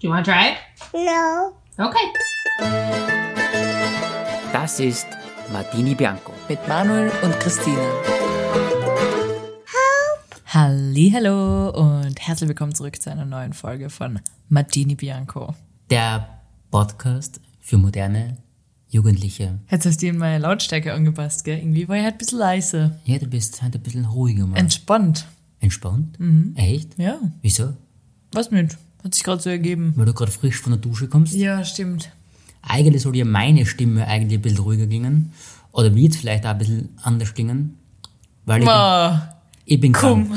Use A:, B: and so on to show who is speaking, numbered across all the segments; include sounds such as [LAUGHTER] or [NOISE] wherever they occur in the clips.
A: you want to try it?
B: No.
A: Okay.
C: Das ist Martini Bianco.
D: Mit Manuel und Christina.
E: Hallo und herzlich willkommen zurück zu einer neuen Folge von Martini Bianco.
C: Der Podcast für moderne Jugendliche.
E: Jetzt hast du in meine Lautstärke angepasst, gell? Irgendwie war ich halt ein bisschen leise.
C: Ja, du bist halt ein bisschen ruhiger, Mann.
E: Entspannt.
C: Entspannt? Echt?
E: Ja.
C: Wieso?
E: Was mit? Hat sich gerade so ergeben.
C: Weil du gerade frisch von der Dusche kommst?
E: Ja, stimmt.
C: Eigentlich sollte ja meine Stimme eigentlich ein bisschen ruhiger klingen. Oder wie jetzt vielleicht auch ein bisschen anders klingen. Weil ich,
E: Wow.
C: ich bin krank.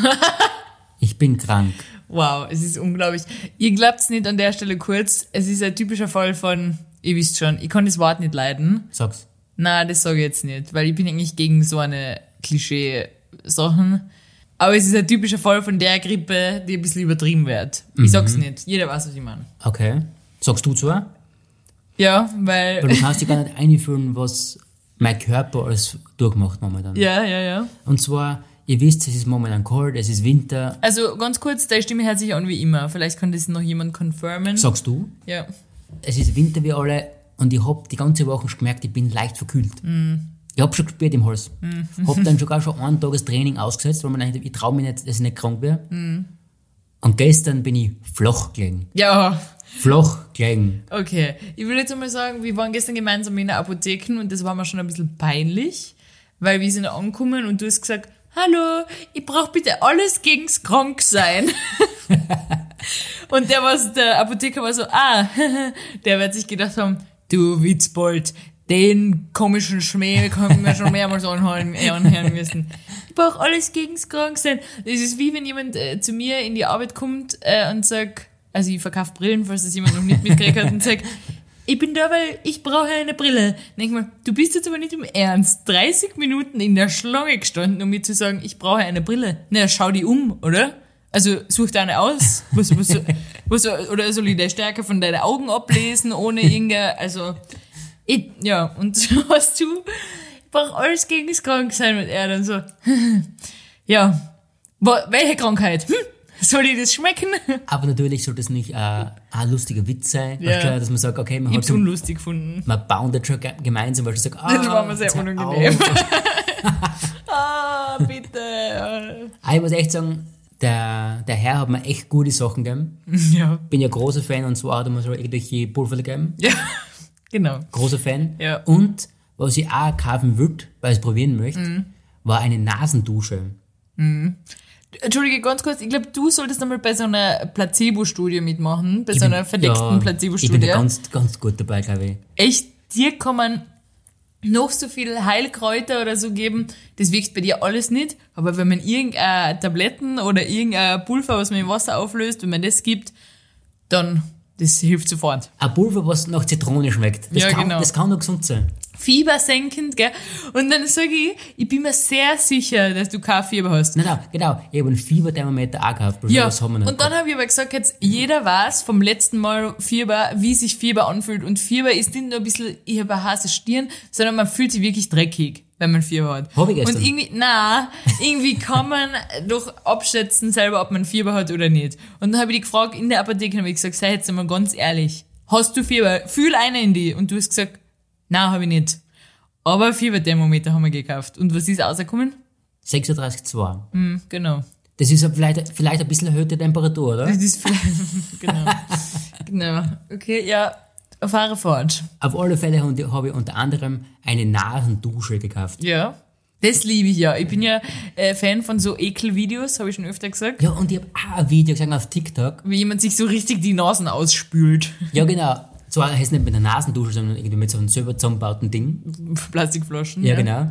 C: ich bin krank.
E: Wow, es ist unglaublich. Ihr glaubt's nicht an der Stelle kurz. Es ist ein typischer Fall von, ihr wisst schon, ich kann das Wort nicht leiden.
C: Sag's.
E: Na, das sage ich jetzt nicht, weil ich bin eigentlich gegen so eine Klischee-Sachen. Aber es ist ein typischer Fall von der Grippe, die ein bisschen übertrieben wird.
C: Mhm.
E: Ich sag's nicht. Jeder weiß, was ich meine.
C: Okay. Sagst du zwar?
E: Ja,
C: Weil du
E: weil.
C: kannst dich gar nicht einfühlen, was mein Körper alles durchmacht momentan.
E: [LAUGHS] Ja, ja, ja.
C: Und zwar, ihr wisst, es ist momentan kalt, es ist Winter.
E: Also ganz kurz, deine Stimme hört sich an wie immer. Vielleicht kann das noch jemand confirmen.
C: Sagst du?
E: Ja.
C: Es ist Winter wie alle und ich hab die ganze Woche schon gemerkt, ich bin leicht verkühlt. Ich hab schon gespürt im Hals.
E: Mhm.
C: Hab
E: [LAUGHS]
C: dann sogar schon einen Tag das Training ausgesetzt, weil man dachte, ich traue mich nicht, dass ich nicht krank werde.
E: Mhm.
C: Und gestern bin ich flach gelegen.
E: Ja,
C: Flach gelegen.
E: okay. Ich würde jetzt einmal sagen, wir waren gestern gemeinsam in der Apotheke und das war mir schon ein bisschen peinlich, weil wir sind angekommen und du hast gesagt, hallo, ich brauche bitte alles gegens Kranksein. und der, war, so- der Apotheker war so, ah, [LAUGHS] der wird sich gedacht haben, du Witzbold, den komischen Schmäh können wir schon mehrmals anhören, äh, anhören müssen. Ich brauche alles gegens Kranksein. Das ist wie wenn jemand äh, zu mir in die Arbeit kommt äh, und sagt, also ich verkaufe Brillen, falls das jemand noch nicht mitgekriegt hat, und sagt, ich bin da, weil ich brauche eine Brille. Denk mal, du bist jetzt aber nicht im Ernst 30 Minuten in der Schlange gestanden, um mir zu sagen, ich brauche eine Brille. Na, schau die um, oder? Also such dir eine aus. Was, was, was, oder soll ich der Stärke von deinen Augen ablesen, ohne irgendeine, also ich, ja, und [LAUGHS] so hast du, ich brauch alles gegen das Kranksein mit er dann so, [LAUGHS] ja, wo, welche Krankheit? Hm? Soll ich das schmecken? [LAUGHS]
C: Aber natürlich sollte es nicht äh, ein lustiger Witz sein,
E: Ja.
C: weißt du, dass man sagt, okay, man
E: Ich
C: hat
E: hab's
C: so
E: unlustig gefunden.
C: man boundet schon ge- gemeinsam, weil ich sage, ah,
E: Das war mir sehr
C: jetzt hör
E: unangenehm.
C: auf.
E: [LAUGHS] Ah, [LAUGHS] bitte.
C: Aber ich muss echt sagen, der, der Herr hat mir echt gute Sachen gegeben.
E: Ja.
C: Bin [LAUGHS] ja großer Fan und zwar hat er mir schon irgendwelche Pulver gegeben.
E: Ja, [LAUGHS] genau.
C: Großer Fan.
E: Ja.
C: Und was ich auch kaufen würde, weil ich es probieren möchte,
E: Mhm.
C: war eine Nasendusche.
E: Entschuldige, ganz kurz, ich glaube, du solltest nochmal bei so einer Placebo-Studie mitmachen, bei
C: Ich
E: so
C: bin-
E: einer verdeckten
C: Ich bin da
E: Placebo-Studie.
C: ganz, ganz gut dabei, glaube ich.
E: Echt, dir kann man noch so viel Heilkräuter oder so geben, das wirkt bei dir alles nicht, aber wenn man irgendeine Tabletten oder irgendein Pulver, was man im Wasser auflöst, wenn man das gibt, dann, das hilft sofort.
C: Ein Pulver, was nach Zitrone schmeckt. Das,
E: Ja,
C: kann,
E: genau.
C: das kann nur gesund sein.
E: Fiebersenkend, gell? Und dann sage ich, ich bin mir sehr sicher, dass du kein Fieber hast.
C: Nein, nein, genau. Ich habe einen Fieberthermometer auch gekauft. bloß was haben wir nicht?
E: und dann habe ich aber gesagt, jetzt jeder weiß vom letzten Mal Fieber, wie sich Fieber anfühlt. Und Fieber ist nicht nur ein bisschen, ich habe eine heiße Stirn, sondern man fühlt sich wirklich dreckig, wenn man Fieber hat.
C: Hab ich gestern.
E: Und irgendwie, na, irgendwie kann man doch abschätzen selber, ob man Fieber hat oder nicht. Und dann habe ich die gefragt in der Apotheke, habe ich gesagt, sei jetzt einmal ganz ehrlich, hast du Fieber? Fühl eine in die. Und du hast gesagt, na, habe ich nicht. Aber ein Fieberthermometer haben wir gekauft. Und was ist rausgekommen?
C: 36,2.
E: Hm, genau.
C: Das ist ja vielleicht, vielleicht ein bisschen erhöhte Temperatur, oder?
E: Das ist vielleicht. [LAUGHS] genau. genau. Okay, ja, fahre fort.
C: Auf alle Fälle hund- habe ich unter anderem eine Nasendusche gekauft.
E: Ja. Das liebe ich ja. Ich bin ja äh, Fan von so Ekelvideos, habe ich schon öfter gesagt.
C: Ja, und ich habe auch ein Video gesehen auf TikTok.
E: Wie jemand sich so richtig die Nasen ausspült. [LAUGHS]
C: Ja, genau. Zwar heißt es nicht mit einer Nasendusche, sondern irgendwie mit so einem selber zusammengebauten Ding.
E: Plastikflaschen.
C: Ja, genau.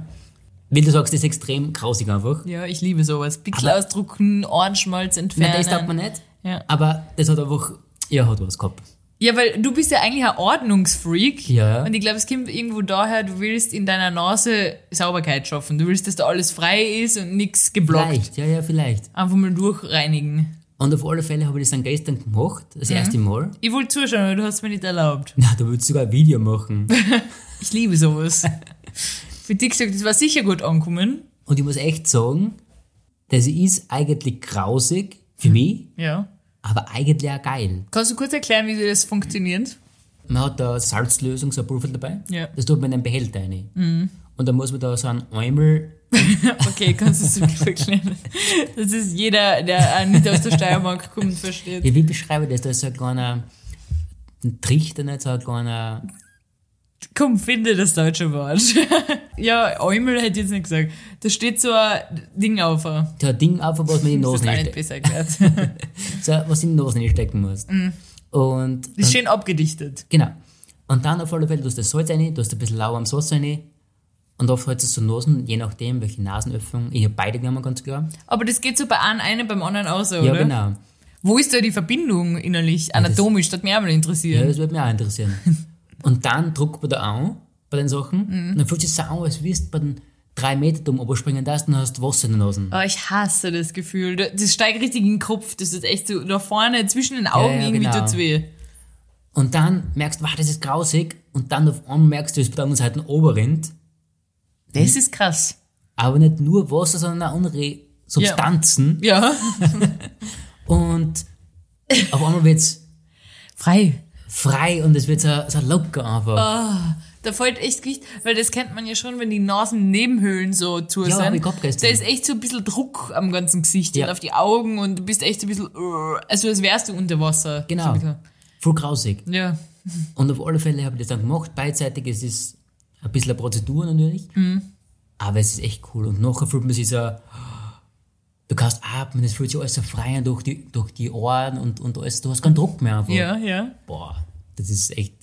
C: Wie du sagst, das ist extrem grausig einfach.
E: Ja, ich liebe sowas. Pickel
C: Aber-
E: ausdrucken, Ohrenschmalz entfernen.
C: Nein, das taugt man nicht.
E: Ja.
C: Aber das hat einfach, ja, hat was gehabt.
E: Ja, weil du bist ja eigentlich ein Ordnungsfreak.
C: Ja.
E: Und ich glaube, es kommt irgendwo daher, du willst in deiner Nase Sauberkeit schaffen. Du willst, dass da alles frei ist und nichts geblockt.
C: Vielleicht, ja, ja, vielleicht.
E: Einfach mal durchreinigen.
C: Und auf alle Fälle habe ich das dann gestern gemacht, das erste Mal. [LAUGHS]
E: Ich wollte zuschauen, aber du hast mir nicht erlaubt.
C: Na, da würdest du sogar ein Video machen.
E: Ich liebe sowas. [LAUGHS] Für TikTok, das war sicher gut angekommen.
C: Und ich muss echt sagen, das ist eigentlich grausig für mich,
E: Ja.
C: aber eigentlich auch geil.
E: Kannst du kurz erklären, wie das funktioniert?
C: Man hat da Salzlösung, so ein Pulver dabei.
E: Ja.
C: Das tut man in einen Behälter rein. Und dann muss man da so einen Eimer
E: [LAUGHS] Okay, kannst du es wirklich erklären? Das ist jeder, der äh, nicht aus der Steiermark kommt, versteht.
C: Ja, wie beschreibe ich das? Da ist so ein kleiner ein Trichter, nicht so ein kleiner.
E: Komm, finde das deutsche Wort. [LAUGHS] ja, Eumel hätte ich jetzt nicht gesagt. Da steht so ein Ding auf. Das
C: So ein Ding auf, was man [LAUGHS] in die Nase
E: ist gar nicht
C: reinsteckt.
E: besser erklärt.
C: So, was in die Nase reinstecken muss. Und.
E: Ist schön abgedichtet.
C: Genau. Und dann auf alle Fälle, du hast das Salz rein, du hast ein bisschen lauwarm Sauce rein. Und oft halt es so Nasen, je nachdem, welche Nasenöffnung. Ich habe beide genommen, ganz klar.
E: Aber das geht so bei einem einen, beim anderen aus, oder?
C: Ja, genau.
E: Wo ist da die Verbindung innerlich, anatomisch? Das hat mich auch mal
C: Ja,
E: interessiert.
C: das würde mich auch [LAUGHS] interessieren. und dann druckt man da an bei den Sachen. Und dann fühlt sich so an, als wirst du bei den drei Meter dumm überspringen darfst und dann hast du Wasser in den Nasen.
E: Oh, ich hasse das Gefühl. Da- Das steigt richtig in den Kopf. Das ist echt so, da vorne, zwischen den Augen
C: ja,
E: irgendwie
C: genau.
E: tut's weh.
C: Und dann merkst du, wow, das ist grausig. Und dann auf einmal merkst du, es ist auf der anderen Seite oberend.
E: Das ist krass.
C: Aber nicht nur Wasser, sondern auch andere Substanzen.
E: Ja. [LAUGHS]
C: Und auf einmal wird's
E: [LAUGHS] Frei. Ah.
C: frei und es wird so, so locker einfach.
E: Da fällt echt Gewicht, weil das kennt man ja schon, wenn die Nasennebenhöhlen so zu
C: Ja, hab
E: sind.
C: ich gehabt
E: da
C: gestern.
E: ist echt so ein bisschen Druck am ganzen Gesicht
C: Ja.
E: und auf die Augen und du bist echt so ein bisschen, äh, also als wärst du unter Wasser. So
C: Genau.
E: ein bisschen.
C: Voll grausig.
E: Ja.
C: Und auf alle Fälle habe ich das dann gemacht. Beidseitig es ist ein bisschen eine Prozedur natürlich.
E: Mhm.
C: Aber es ist echt cool. Und nachher fühlt man sich so, du kannst atmen, es fühlt sich alles so frei an durch die, durch die Ohren und, und alles. Du hast keinen Druck mehr einfach.
E: Ja, ja.
C: Boah, das ist echt.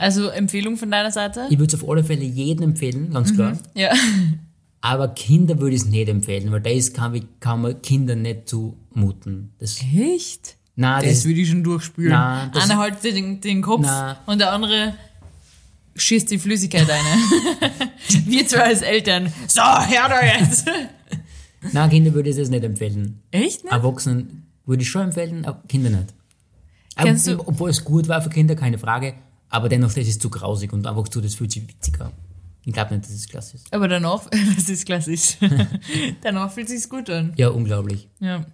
E: Also Empfehlung von deiner Seite?
C: Ich würde es auf alle Fälle jedem empfehlen,
E: Mhm.
C: ganz klar.
E: Ja. [LAUGHS]
C: Aber Kinder würde ich es nicht empfehlen, weil das kann, ich- kann man Kindern nicht zumuten. Das,
E: Echt?
C: nein, das,
E: Äh, Das würde ich schon durchspülen.
C: Nein, das-
E: Einer hält dir den, den Kopf
C: Nein.
E: und der andere schießt die Flüssigkeit ein. Wir zwei als Eltern. So, hör da jetzt.
C: nein, Kinder würde ich es nicht empfehlen.
E: Echt? Ne?
C: Erwachsenen würde ich schon empfehlen, aber Kinder nicht. Aber,
E: Kennst du-
C: obwohl es gut war für Kinder, keine Frage, aber dennoch, das ist zu grausig und einfach zu, das fühlt sich witzig an. Ich glaube nicht, dass es klasse ist.
E: Aber danach, [LAUGHS] das ist klassisch. danach fühlt sich's gut an.
C: Ja, unglaublich.
E: Ja.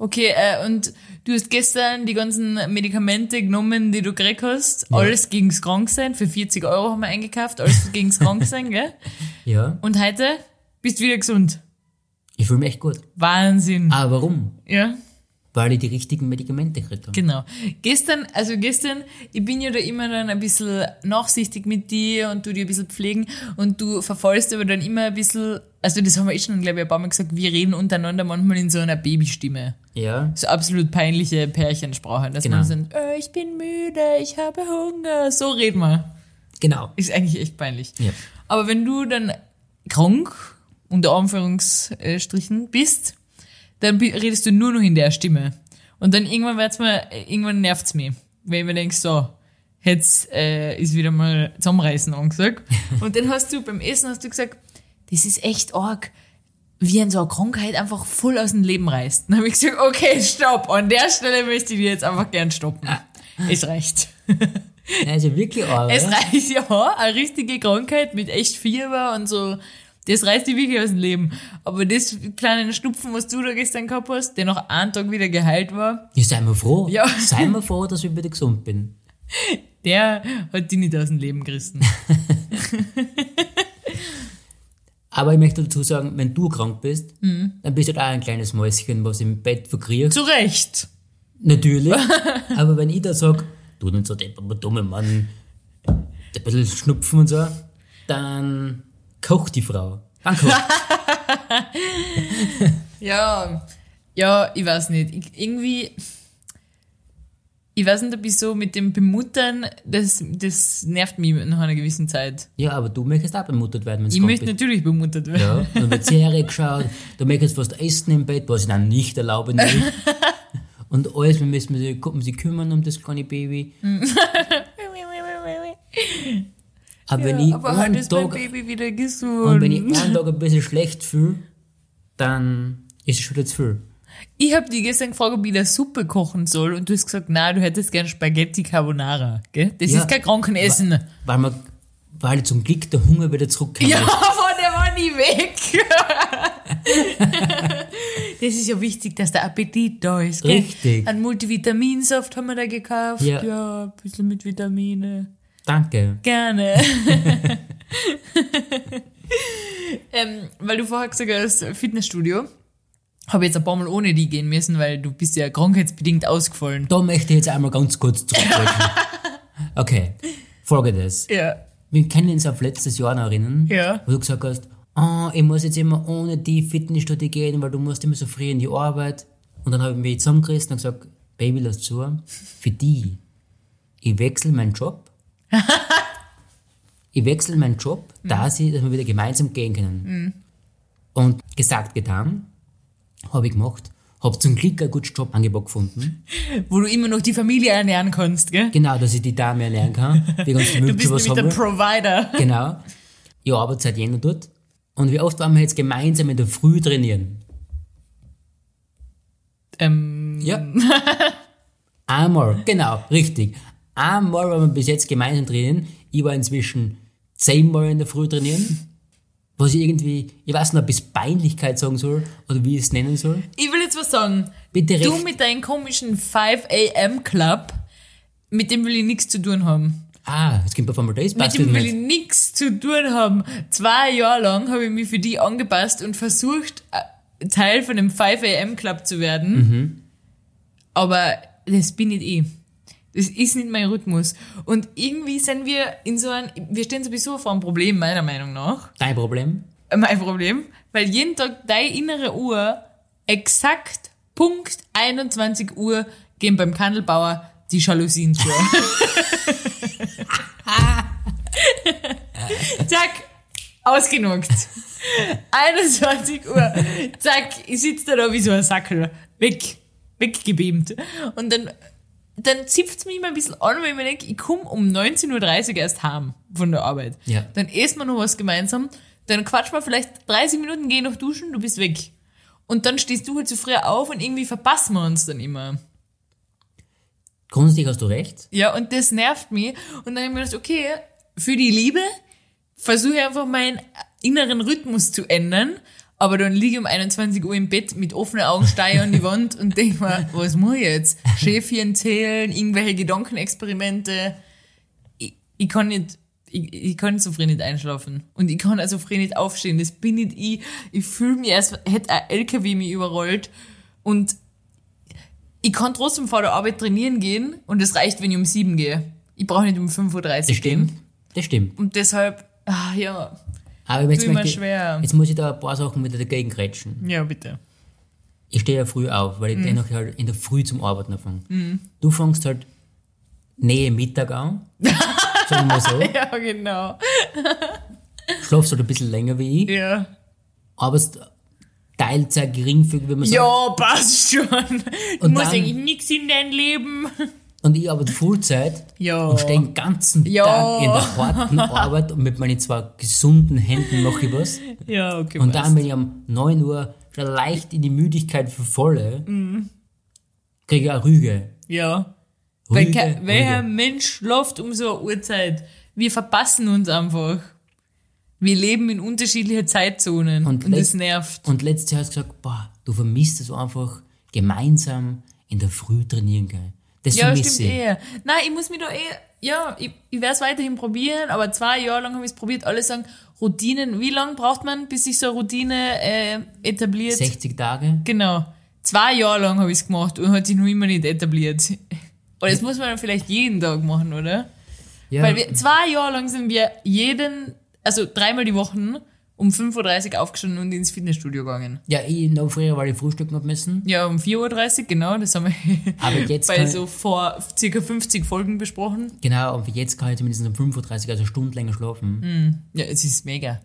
E: Okay, äh, und du hast gestern die ganzen Medikamente genommen, die du gekriegt hast. Alles gegen's Kranksein. Für 40 Euro haben wir eingekauft. Alles gegen's Kranksein, gell?
C: Ja,
E: Und heute bist wieder gesund.
C: ich fühle mich echt gut.
E: Wahnsinn.
C: Aber warum?
E: Ja.
C: Weil ich die richtigen Medikamente gekriegt habe.
E: Genau. Gestern, also gestern, ich bin ja da immer dann ein bisschen nachsichtig mit dir und du dir ein bisschen pflegen und du verfolgst aber dann immer ein bisschen, also das haben wir eh schon, glaube ich, ein paar Mal gesagt, wir reden untereinander manchmal in so einer Babystimme.
C: Ja,
E: So absolut peinliche Pärchensprache, dass
C: Genau.
E: man sind, äh, ich bin müde, ich habe Hunger, so reden wir.
C: genau.
E: Ist eigentlich echt peinlich.
C: Ja.
E: Aber wenn du dann krank, unter Anführungsstrichen, bist, dann bi- redest du nur noch in der Stimme. Und dann irgendwann wird's mir, irgendwann nervt's mich, wenn ich mir denk, so, jetzt äh, ist wieder mal zusammenreißen angesagt. Und dann hast du beim Essen hast du gesagt, das ist echt arg, wie an so eine Krankheit einfach voll aus dem Leben reißt. Dann habe ich gesagt, okay, stopp, an der Stelle möchte ich dir jetzt einfach gern stoppen. Es reicht.
C: Ja, ist ja Also wirklich arg.
E: Es
C: oder?
E: reicht [LAUGHS] ja, eine richtige Krankheit mit echt Fieber und so. Das reißt die wirklich aus dem Leben. Aber das kleine Schnupfen, was du da gestern gehabt hast, der noch einen Tag wieder geheilt war,
C: Ja, sei mal froh.
E: Ja.
C: Sei mal froh, dass ich wieder gesund bin.
E: der hat die nicht aus dem
C: [LAUGHS]
E: Leben gerissen.
C: Aber ich möchte dazu sagen, wenn du krank bist,
E: Mhm.
C: dann bist du halt auch ein kleines Mäuschen, was im Bett verkriecht.
E: Zu Recht. [LAUGHS]
C: Natürlich. aber wenn ich da sage, du nicht so depp, aber dumme Mann, ein bisschen schnupfen und so, dann kocht die Frau. Dann kocht.
E: Ja, ja, ich weiß nicht. Ich, irgendwie, ich weiß nicht, ob ich so mit dem Bemuttern, das, das nervt mich nach einer gewissen Zeit.
C: ja, aber du möchtest auch bemuttert werden, wenn
E: Ich
C: du
E: möchte
C: bist.
E: natürlich bemuttert werden.
C: Ja, dann wird Serie geschaut, du möchtest was essen im Bett, was ich dann nicht erlaube. Nämlich.
E: [LAUGHS]
C: Und alles, wir müssen sich, gucken, sich kümmern um das kleine
E: [LAUGHS]
C: Baby. Aber wenn ich
E: Aber heute
C: einen
E: ist mein
C: Tag
E: Baby wieder gesund.
C: und wenn ich einen Tag ein bisschen schlecht fühle, dann ist es schon wieder zu viel.
E: Ich habe die gestern gefragt, ob ich da Suppe kochen soll und du hast gesagt, na, du hättest gern Spaghetti Carbonara, gell? Das
C: Ja.
E: ist kein Krankenessen.
C: Weil, weil, man, weil halt zum Glück der Hunger wieder zurückkehrt.
E: Ja, aber der war nie weg. [LAUGHS] Das ist ja wichtig, dass der Appetit da ist. Gell?
C: Richtig.
E: Ein Multivitaminsaft haben wir da gekauft.
C: Ja.
E: Ja, ein bisschen mit Vitamine.
C: Danke.
E: Gerne. ähm, weil du vorher gesagt hast, Fitnessstudio. Habe jetzt ein paar Mal ohne die gehen müssen, weil du bist ja krankheitsbedingt ausgefallen.
C: Da möchte ich jetzt einmal ganz kurz
E: [LAUGHS]
C: zurückbrechen. okay, folgendes.
E: Ja.
C: Wir können uns auf letztes Jahr noch erinnern,
E: Ja.
C: wo du gesagt hast, ah, ich muss jetzt immer ohne die Fitnessstudie gehen, weil du musst immer so früh in die Arbeit. Und dann habe ich mich zusammengerissen und gesagt, Baby, lass zu, für die, ich wechsle meinen
E: [LAUGHS]
C: Job. ich wechsle meinen Job,
E: Mhm.
C: da sie, dass wir wieder gemeinsam gehen können. Und gesagt, getan, habe ich gemacht, habe zum Glück ein gutes Jobangebot gefunden.
E: Wo du immer noch die Familie ernähren kannst, gell?
C: Genau, dass ich die Dame ernähren kann, die ganz
E: [LAUGHS] Du bist nämlich der
C: haben.
E: Provider.
C: Genau. Ich arbeite seit Jänner dort. Und wie oft waren wir jetzt gemeinsam in der Früh trainieren?
E: Ähm,
C: Ja.
E: [LAUGHS]
C: Einmal, genau, richtig. Einmal waren wir bis jetzt gemeinsam trainieren. Ich war inzwischen zehnmal in der Früh trainieren. Was ich irgendwie, ich weiß nicht, ob ich es Peinlichkeit sagen soll oder wie ich es nennen soll.
E: ich will jetzt was sagen.
C: Bitte
E: Du
C: recht.
E: mit deinem komischen 5 am Club, mit dem will ich nichts zu tun haben.
C: Ah, jetzt kommt auf einmal das,
E: Mit
C: passt
E: dem will ich
C: nicht.
E: nichts zu tun haben. Zwei Jahre lang habe ich mich für die angepasst und versucht, äh, Teil von dem 5 am Club zu werden.
C: Mhm.
E: Aber das bin nicht ich. Das ist nicht mein Rhythmus. Und irgendwie sind wir in so einem, wir stehen sowieso vor einem Problem, meiner Meinung nach.
C: Dein Problem?
E: Äh, mein Problem, weil jeden Tag deine innere Uhr exakt Punkt 21 Uhr gehen beim Kandelbauer die Jalousien zu. Zack, ausgenuckt. 21 Uhr. Zack, ich sitze da da wie so ein Sackel. Weg, weggebeamt. Und dann, dann zipft's mich immer ein bisschen an, weil ich mir denke, ich komme um 19.30 Uhr erst heim von der Arbeit.
C: Ja.
E: Dann essen wir noch was gemeinsam, dann quatschen wir vielleicht 30 Minuten, gehen noch duschen, du bist weg. Und dann stehst du halt zu früh auf und irgendwie verpassen wir uns dann immer.
C: Grundsätzlich hast du recht.
E: Ja, und das nervt mich. Und dann habe ich mir gedacht, okay, für die Liebe versuche ich einfach meinen inneren Rhythmus zu ändern. Aber dann liege ich um 21 Uhr im Bett mit offenen Augen steil an die Wand und denke mir, was mache ich jetzt? Schäfchen zählen, irgendwelche Gedankenexperimente. Ich, ich kann nicht, ich, ich kann so früh nicht einschlafen. Und ich kann also früh nicht aufstehen. Das bin nicht ich. Ich fühle mich, als hätte ein LKW mich überrollt. Und ich kann trotzdem vor der Arbeit trainieren gehen und es reicht, wenn ich um sieben gehe. Ich brauche nicht um 5.30 Uhr
C: Das
E: gehen.
C: stimmt. Das stimmt.
E: Und deshalb, ah, ja,
C: Aber jetzt,
E: immer
C: möchte ich-
E: schwer.
C: jetzt muss ich da ein paar Sachen wieder dagegen grätschen.
E: ja, bitte.
C: ich stehe ja früh auf,
E: Mhm.
C: weil ich dennoch halt in der Früh zum Arbeiten anfange. Du fängst halt Nähe Mittag
E: [LAUGHS]
C: an, sagen wir so,
E: [LAUGHS] Ja, genau.
C: schlafst halt ein bisschen länger wie ich,
E: Ja.
C: arbeitest Teilzeit geringfügig, wenn man sagt,
E: Ja, passt schon. Du
C: Und
E: musst
C: dann-
E: eigentlich nichts in dein Leben.
C: und ich arbeite Fullzeit
E: Ja.
C: und stehe den ganzen
E: Ja.
C: Tag in der
E: [LAUGHS]
C: harten Arbeit und mit meinen zwei gesunden Händen mache ich was.
E: Ja, okay.
C: Und dann, wenn ich um 9 Uhr schon leicht in die Müdigkeit verfalle,
E: Mhm.
C: kriege ich auch Rüge.
E: Ja.
C: Rüge,
E: Welcher, welcher
C: Rüge.
E: Mensch schläft um so eine Uhrzeit? Wir verpassen uns einfach. Wir leben in unterschiedlichen Zeitzonen
C: Und
E: und,
C: letzt-
E: das nervt.
C: Und letztes Jahr hast du gesagt, boah, du vermisst es einfach, gemeinsam in der Früh trainieren gehen. Das
E: Ja,
C: vermisse
E: stimmt
C: ich.
E: eh. Nein, ich muss mich da eh, ja, ich, ich werde es weiterhin probieren, aber zwei Jahre lang habe ich es probiert. Alle sagen, Routinen, wie lang braucht man, bis sich so eine Routine äh, etabliert?
C: 60 Tage.
E: Genau. Zwei Jahre lang habe ich es gemacht und hat sich noch immer nicht etabliert. Und das muss man dann vielleicht jeden Tag machen, oder?
C: Ja,
E: Weil wir, zwei Jahre lang sind wir jeden, also dreimal die Woche um 5.30 Uhr aufgestanden und ins Fitnessstudio gegangen.
C: ja ich noch früher, weil ich frühstücken habe müssen.
E: Ja, um 4.30 Uhr, genau, das haben wir
C: Aber jetzt
E: [LAUGHS] bei
C: kann-
E: so vor circa 50 Folgen besprochen.
C: Genau, und jetzt kann ich zumindest um 5.30 Uhr, also eine Stunde länger schlafen.
E: Mhm. Ja, es ist mega.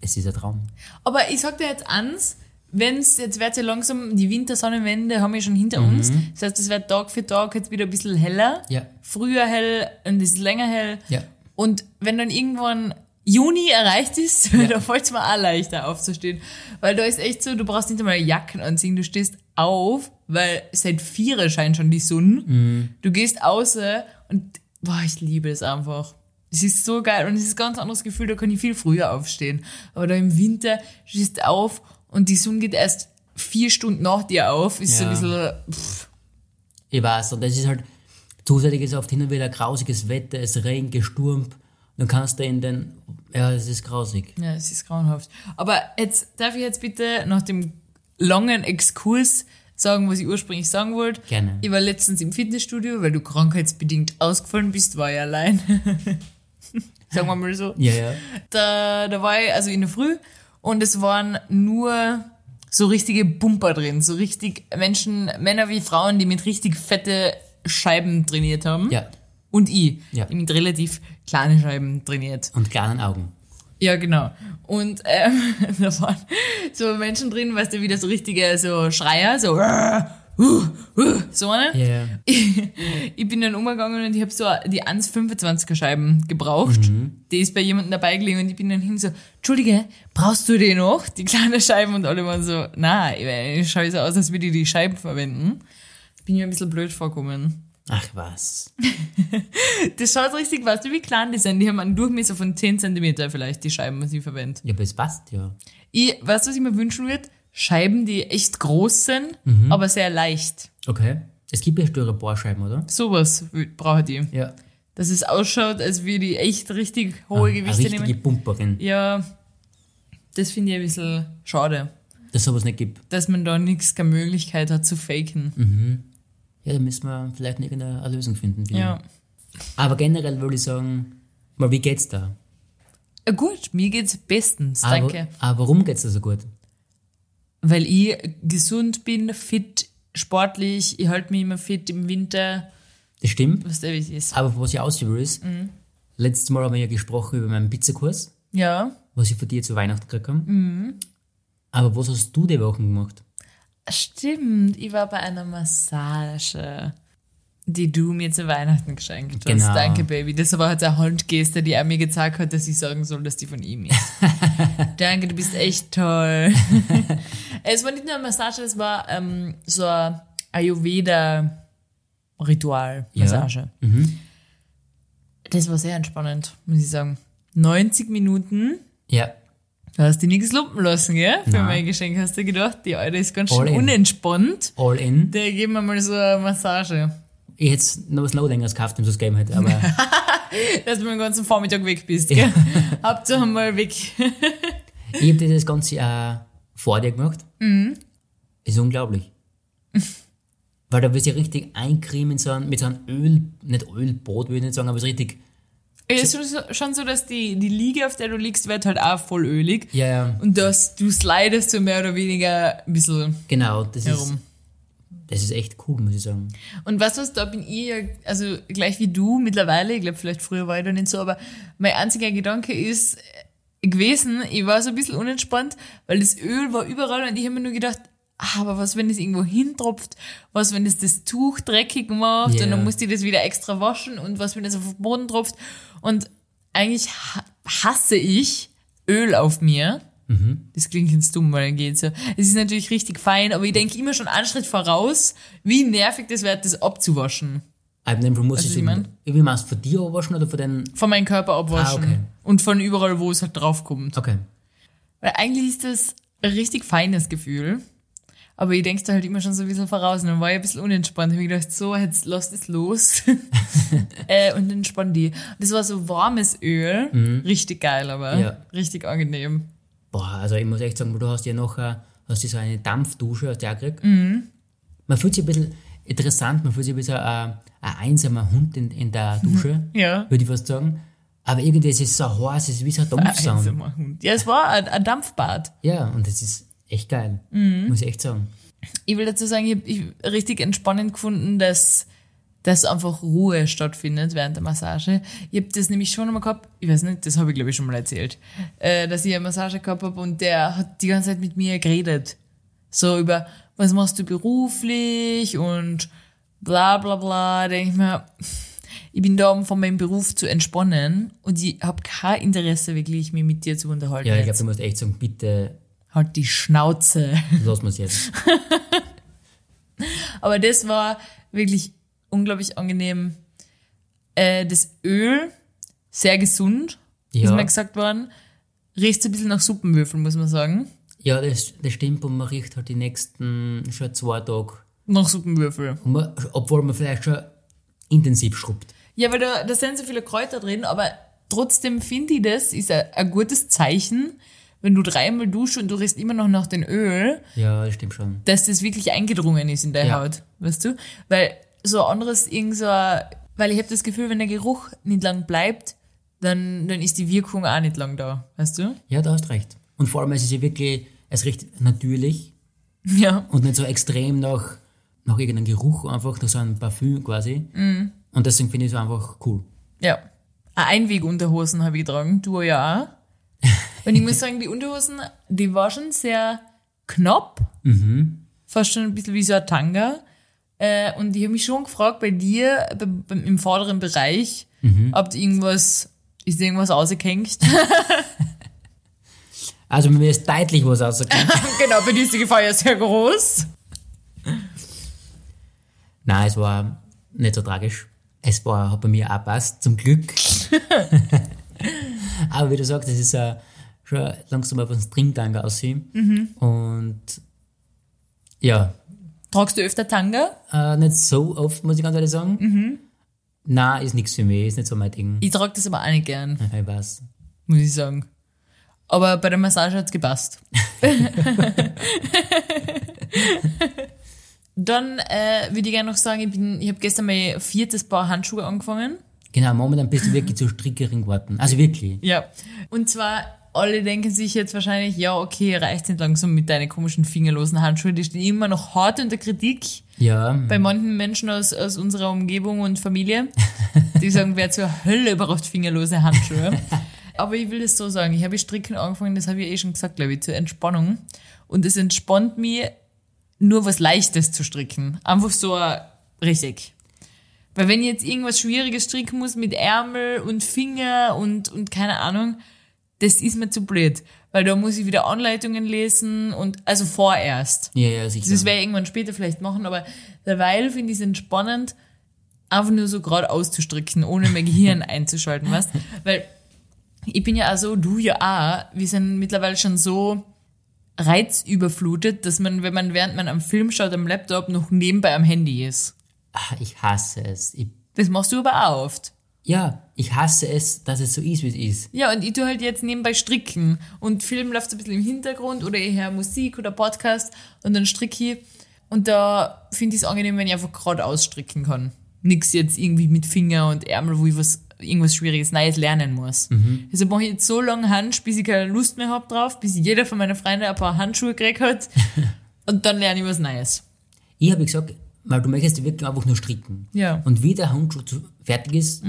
C: Es ist ein Traum.
E: Aber ich sag dir jetzt eins, wenn's, jetzt wird ja langsam, die Wintersonnenwende haben wir schon hinter uns. Das heißt, es wird Tag für Tag jetzt wieder ein bisschen heller.
C: Mhm. Ja.
E: Früher hell und es ist länger hell.
C: Ja.
E: Und wenn dann irgendwann Juni erreicht ist, [LAUGHS] dann fällt's mir auch leichter aufzustehen. Weil da ist echt so, du brauchst nicht einmal Jacken anziehen, du stehst auf, weil seit vier scheint schon die Sonne. Du gehst außer und boah, ich liebe es einfach. Es ist so geil und es ist ein ganz anderes Gefühl, da kann ich viel früher aufstehen. Aber da im Winter stehst du auf und die Sonne geht erst vier Stunden nach dir auf, ist
C: Ja.
E: ein bisschen, pff,
C: Ich weiß, und das ist halt, zusätzlich ist oft hin und wieder grausiges Wetter, es regnet, gestürmt, dann kannst du in den, ja, es ist grausig.
E: ja, es ist grauenhaft. Aber jetzt darf ich jetzt bitte nach dem langen Exkurs sagen, was ich ursprünglich sagen wollte.
C: Gerne.
E: Ich war letztens im Fitnessstudio, weil du krankheitsbedingt ausgefallen bist, war ich allein. [LAUGHS] sagen wir mal so.
C: Ja, ja.
E: da, da war ich also in der Früh und es waren nur so richtige Bumper drin, so richtig Menschen, Männer wie Frauen, die mit richtig fette Scheiben trainiert haben.
C: Ja,
E: Und ich,
C: Ja.
E: die mit relativ kleinen Scheiben trainiert.
C: und kleinen Augen.
E: Ja, genau. Und ähm, [LAUGHS] da waren so Menschen drin, weißt du, wieder so richtige so Schreier, so [LAUGHS] uh, uh, so eine
C: Ja, ja.
E: ich bin dann umgegangen und ich habe so die 1,25er Scheiben gebraucht. Die ist bei jemandem dabei gelegen und ich bin dann hin so, Entschuldige, brauchst du die noch? Die kleine Scheiben und alle waren so, na, ich mein, ich schaue so aus, als würde ich die Scheiben verwenden. Bin mir ein bisschen blöd vorgekommen.
C: Ach was.
E: Das schaut richtig, weißt du, wie klein die sind? Die haben einen Durchmesser von 10 cm vielleicht, die Scheiben, was ich verwende.
C: Ja, aber es passt ja.
E: Ich, weißt du, was ich mir wünschen würde? Scheiben, die echt groß sind, aber sehr leicht.
C: Okay. Es gibt ja Styroporscheiben, oder?
E: Sowas wü- brauche ich.
C: Ja.
E: Dass es ausschaut, als würde ich echt richtig hohe
C: Eine
E: Gewichte
C: Ah, richtige
E: nehmen.
C: Pumperin,
E: Ja, das finde ich ein bisschen schade,
C: dass sowas nicht gibt.
E: dass man da nichts keine Möglichkeit hat zu faken.
C: Ja, da müssen wir vielleicht irgendeine eine Lösung finden. für die.
E: Ja.
C: Aber generell würde ich sagen, mal, wie geht's da?
E: Äh, Gut, mir geht's bestens,
C: Aber,
E: danke.
C: aber ah, warum geht's da so gut?
E: Weil ich gesund bin, fit, sportlich, ich halte mich immer fit im Winter,
C: Das stimmt.
E: was der wichtig ist.
C: Aber was ich ausführe ist,
E: Mhm.
C: letztes Mal haben wir ja gesprochen über meinen Pizzakurs,
E: Ja,
C: was ich von dir zu Weihnachten gekriegt habe.
E: Mhm.
C: Aber was hast du die Wochen gemacht?
E: stimmt, ich war bei einer Massage, die du mir zu Weihnachten geschenkt hast.
C: Genau.
E: Danke, Baby. Das war halt eine Handgeste, die er mir gezeigt hat, dass ich sagen soll, dass die von
C: [LAUGHS]
E: ihm ist. Danke, du bist echt toll. es war nicht nur eine Massage, es war ähm, so ein Ayurveda-Ritual-Massage.
C: Mhm.
E: Das war sehr entspannend, muss ich sagen. 90 Minuten.
C: Ja,
E: Du hast dich nichts lumpen lassen, gell? Für
C: Nein.
E: mein Geschenk hast du gedacht, die Alte ist ganz
C: All
E: schön
C: in.
E: unentspannt.
C: all in.
E: Der geben wir mal so eine Massage.
C: Ich hätte noch was Lowlingers gekauft, wenn es das gegeben hätte, aber
E: Dass du den ganzen Vormittag weg bist, gell? Hauptsache mal weg.
C: Ich habe das Ganze auch vor dir gemacht. Mhm. Ist [LAUGHS] unglaublich. Weil da wirst du ja richtig eincremen mit so einem, mit so einem Öl, nicht Ölbrot würde ich nicht sagen, aber so richtig,
E: Es ist schon so- schon so, dass die, die Liege, auf der du liegst, wird halt auch voll ölig.
C: ja, ja,
E: Und dass du slidest so mehr oder weniger ein bisschen
C: genau, das ist,
E: herum.
C: das ist echt cool, muss ich sagen.
E: Und weißt du was, da bin ich ja, also gleich wie du mittlerweile, ich glaube vielleicht früher war ich da nicht so, aber mein einziger Gedanke ist äh, gewesen, ich war so ein bisschen unentspannt, weil das Öl war überall und ich habe mir nur gedacht, ah, aber was, wenn es irgendwo hintropft, was, wenn es das Tuch dreckig macht
C: Ja.
E: und dann musst du das wieder extra waschen und was, wenn es auf den Boden tropft. Und eigentlich ha- hasse ich Öl auf mir. Das klingt jetzt dumm, weil dann geht's ja. Es ist natürlich richtig fein, aber ich denke immer schon einen Schritt voraus, wie nervig das wird, das abzuwaschen.
C: Aber dann muss
E: Weißt du,
C: Also ich
E: was ich mein?
C: Wie meinst du, von dir abwaschen oder von den,
E: Von meinem Körper abwaschen.
C: Ah, okay.
E: Und von überall, wo es halt draufkommt.
C: okay,
E: Weil eigentlich ist das ein richtig feines Gefühl. Aber ich denke da halt immer schon so ein bisschen voraus. Und dann war ich ein bisschen unentspannt. Hab Ich gedacht, so, jetzt lass
C: [LAUGHS]
E: das los. äh, und entspann die. Und das war so warmes Öl. Richtig geil, aber
C: Mhm. Ja.
E: richtig angenehm.
C: boah, also ich muss echt sagen, du hast ja nachher, hast du so eine Dampfdusche, hast du auch gekriegt. Man fühlt sich ein bisschen interessant, man fühlt sich ein bisschen äh, ein einsamer Hund in, in [LAUGHS] der Dusche.
E: Ja.
C: würde ich fast sagen. Aber irgendwie ist es so heiß, es ist wie so ein Dampfsound.
E: Einsamer Also, Hund. Ja, es war ein, ein Dampfbad.
C: Ja, und das ist echt geil, muss ich echt sagen.
E: ich will dazu sagen, ich habe ich richtig entspannend gefunden, dass dass einfach Ruhe stattfindet während der Massage. Ich habe das nämlich schon einmal gehabt, ich weiß nicht, das habe ich glaube ich schon mal erzählt, äh, dass ich eine Massage gehabt habe und der hat die ganze Zeit mit mir geredet. So über, was machst du beruflich und bla bla bla. Denke ich mir, ich bin da, um von meinem Beruf zu entspannen und ich habe kein Interesse wirklich, mich mit dir zu unterhalten.
C: Ja, ich glaube,
E: jetzt.
C: du musst echt sagen, bitte
E: Halt die Schnauze.
C: lass uns jetzt.
E: Aber das war wirklich unglaublich angenehm. Äh, das Öl, sehr gesund,
C: Ja.
E: ist mir gesagt worden. Riecht so ein bisschen nach Suppenwürfeln, muss man sagen.
C: Ja, das, das stimmt und man riecht halt die nächsten schon zwei Tage,
E: Nach Suppenwürfel.
C: und man, obwohl man vielleicht schon intensiv schrubbt.
E: Ja, weil da, da sind so viele Kräuter drin, aber trotzdem finde ich das, ist ein, ein gutes Zeichen, wenn du dreimal duschst und du riechst immer noch nach dem Öl,
C: Ja, das stimmt schon.
E: dass das wirklich eingedrungen ist in deine
C: Ja.
E: Haut, weißt du? Weil so ein anderes irgend so, ein- weil ich habe das Gefühl, wenn der Geruch nicht lang bleibt, dann, dann ist die Wirkung auch nicht lang da, weißt du? [LAUGHS]
C: Ja, da hast recht. Und vor allem, es ist ja wirklich, es riecht natürlich
E: Ja.
C: und nicht so extrem nach, nach irgendeinem Geruch, einfach nach so einem Parfüm quasi. Und deswegen finde ich es einfach cool.
E: Ja. Eine Einwegunterhosen habe ich getragen, du ja auch. Und ich muss sagen, die Unterhosen, die war schon sehr knapp. Fast schon ein bisschen wie so ein Tanga. Äh, und ich habe mich schon gefragt bei dir be- beim- im vorderen Bereich, ob du irgendwas, ist dir irgendwas rausgehängt?
C: Also mir ist deutlich was rausgekommen.
E: genau, bei dir ist die Gefahr ja sehr groß.
C: Nein, es war nicht so tragisch. Es war, hat bei mir auch passt, zum Glück. [LAUGHS] Aber wie du sagst, es ist äh, schon langsam auf einen Stringtanga aussehen. Und ja,
E: Tragst du öfter Tanga?
C: äh, nicht so oft, muss ich ganz ehrlich sagen. Nein, ist nichts für mich, ist nicht so mein Ding.
E: Ich trage das aber auch nicht gern,
C: Ja, Ich weiß.
E: muss ich sagen. Aber bei der Massage hat's [LAUGHS] gepasst. Dann äh, würde ich gerne noch sagen, ich, bin- ich habe gestern mein viertes Paar Handschuhe angefangen.
C: Genau, momentan bist du wirklich zur Strickerin geworden. Also wirklich.
E: Ja. Und zwar, alle denken sich jetzt wahrscheinlich, ja, okay, reicht nicht langsam mit deinen komischen fingerlosen Handschuhen. Die stehen immer noch hart unter Kritik
C: Ja,
E: bei manchen Menschen aus, aus unserer Umgebung und Familie. Die sagen, wer zur Hölle braucht fingerlose Handschuhe. Aber ich will es so sagen, ich habe Stricken angefangen, das habe ich eh schon gesagt, glaube ich, zur Entspannung. Und es entspannt mich, nur was Leichtes zu stricken. Einfach so äh, richtig. Weil wenn ich jetzt irgendwas Schwieriges stricken muss mit Ärmel und Finger und, und keine Ahnung, das ist mir zu blöd. Weil da muss ich wieder Anleitungen lesen und also vorerst.
C: ja, ja, sicher.
E: Das werde ich irgendwann später vielleicht machen, aber derweil finde ich es entspannend, einfach nur so gerade auszustricken, ohne mein Gehirn einzuschalten, weißt? Weil ich bin ja auch so, du ja auch, wir sind mittlerweile schon so reizüberflutet, dass man, wenn man während man am Film schaut, am Laptop, noch nebenbei am Handy ist.
C: Ah, ich hasse es. Ich,
E: Das machst du aber auch oft.
C: ja, ich hasse es, dass es so ist, wie es ist.
E: Ja, und ich tue halt jetzt nebenbei stricken. Und Film läuft so ein bisschen im Hintergrund oder ich höre Musik oder Podcast und dann stricke ich. Und da finde ich es angenehm, wenn ich einfach gerade ausstricken kann. Nix jetzt irgendwie mit Finger und Ärmel, wo ich was, irgendwas Schwieriges Neues lernen muss. Deshalb mache ich jetzt so lange Hand, bis ich keine Lust mehr habe drauf, bis jeder von meinen Freunden ein paar Handschuhe gekriegt hat. und dann lerne ich was Neues.
C: Ich habe gesagt, weil du möchtest wirklich einfach nur stricken.
E: Ja. Mhm.
C: Und wie der Handschuh zu- fertig ist,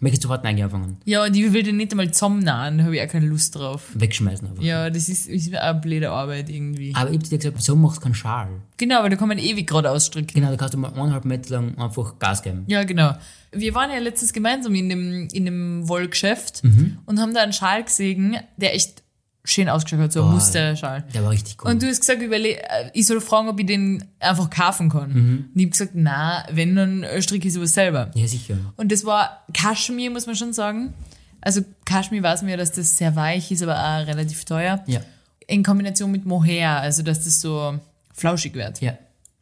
C: möchtest du sofort neu anfangen.
E: Ja, und ich will den nicht einmal zusammennahen, da habe ich auch keine Lust drauf.
C: Wegschmeißen einfach.
E: Ja, das ist, ist auch eine blöde Arbeit irgendwie.
C: Aber ich habe dir gesagt, so machst du keinen Schal.
E: Genau, weil da kann man ewig gerade ausstricken.
C: Genau, da kannst du mal eineinhalb Meter lang einfach Gas geben.
E: Ja, genau. Wir waren ja letztens gemeinsam in dem, in dem Wollgeschäft
C: Mhm.
E: und haben da einen Schal gesehen, der echt schön ausgeschaut hat, so ein
C: Boah.
E: Musterschal.
C: Der war richtig cool.
E: Und du hast gesagt, überle äh, ich soll fragen, ob ich den einfach kaufen kann. Und ich habe gesagt, na, wenn, dann äh, stricke ich sowas selber.
C: Mhm. ja, sicher.
E: Und das war Kaschmir, muss man schon sagen. Also Kaschmir weiß man ja, dass das sehr weich ist, aber auch relativ teuer.
C: Ja.
E: In Kombination mit Mohair, also dass das so flauschig wird.
C: Ja.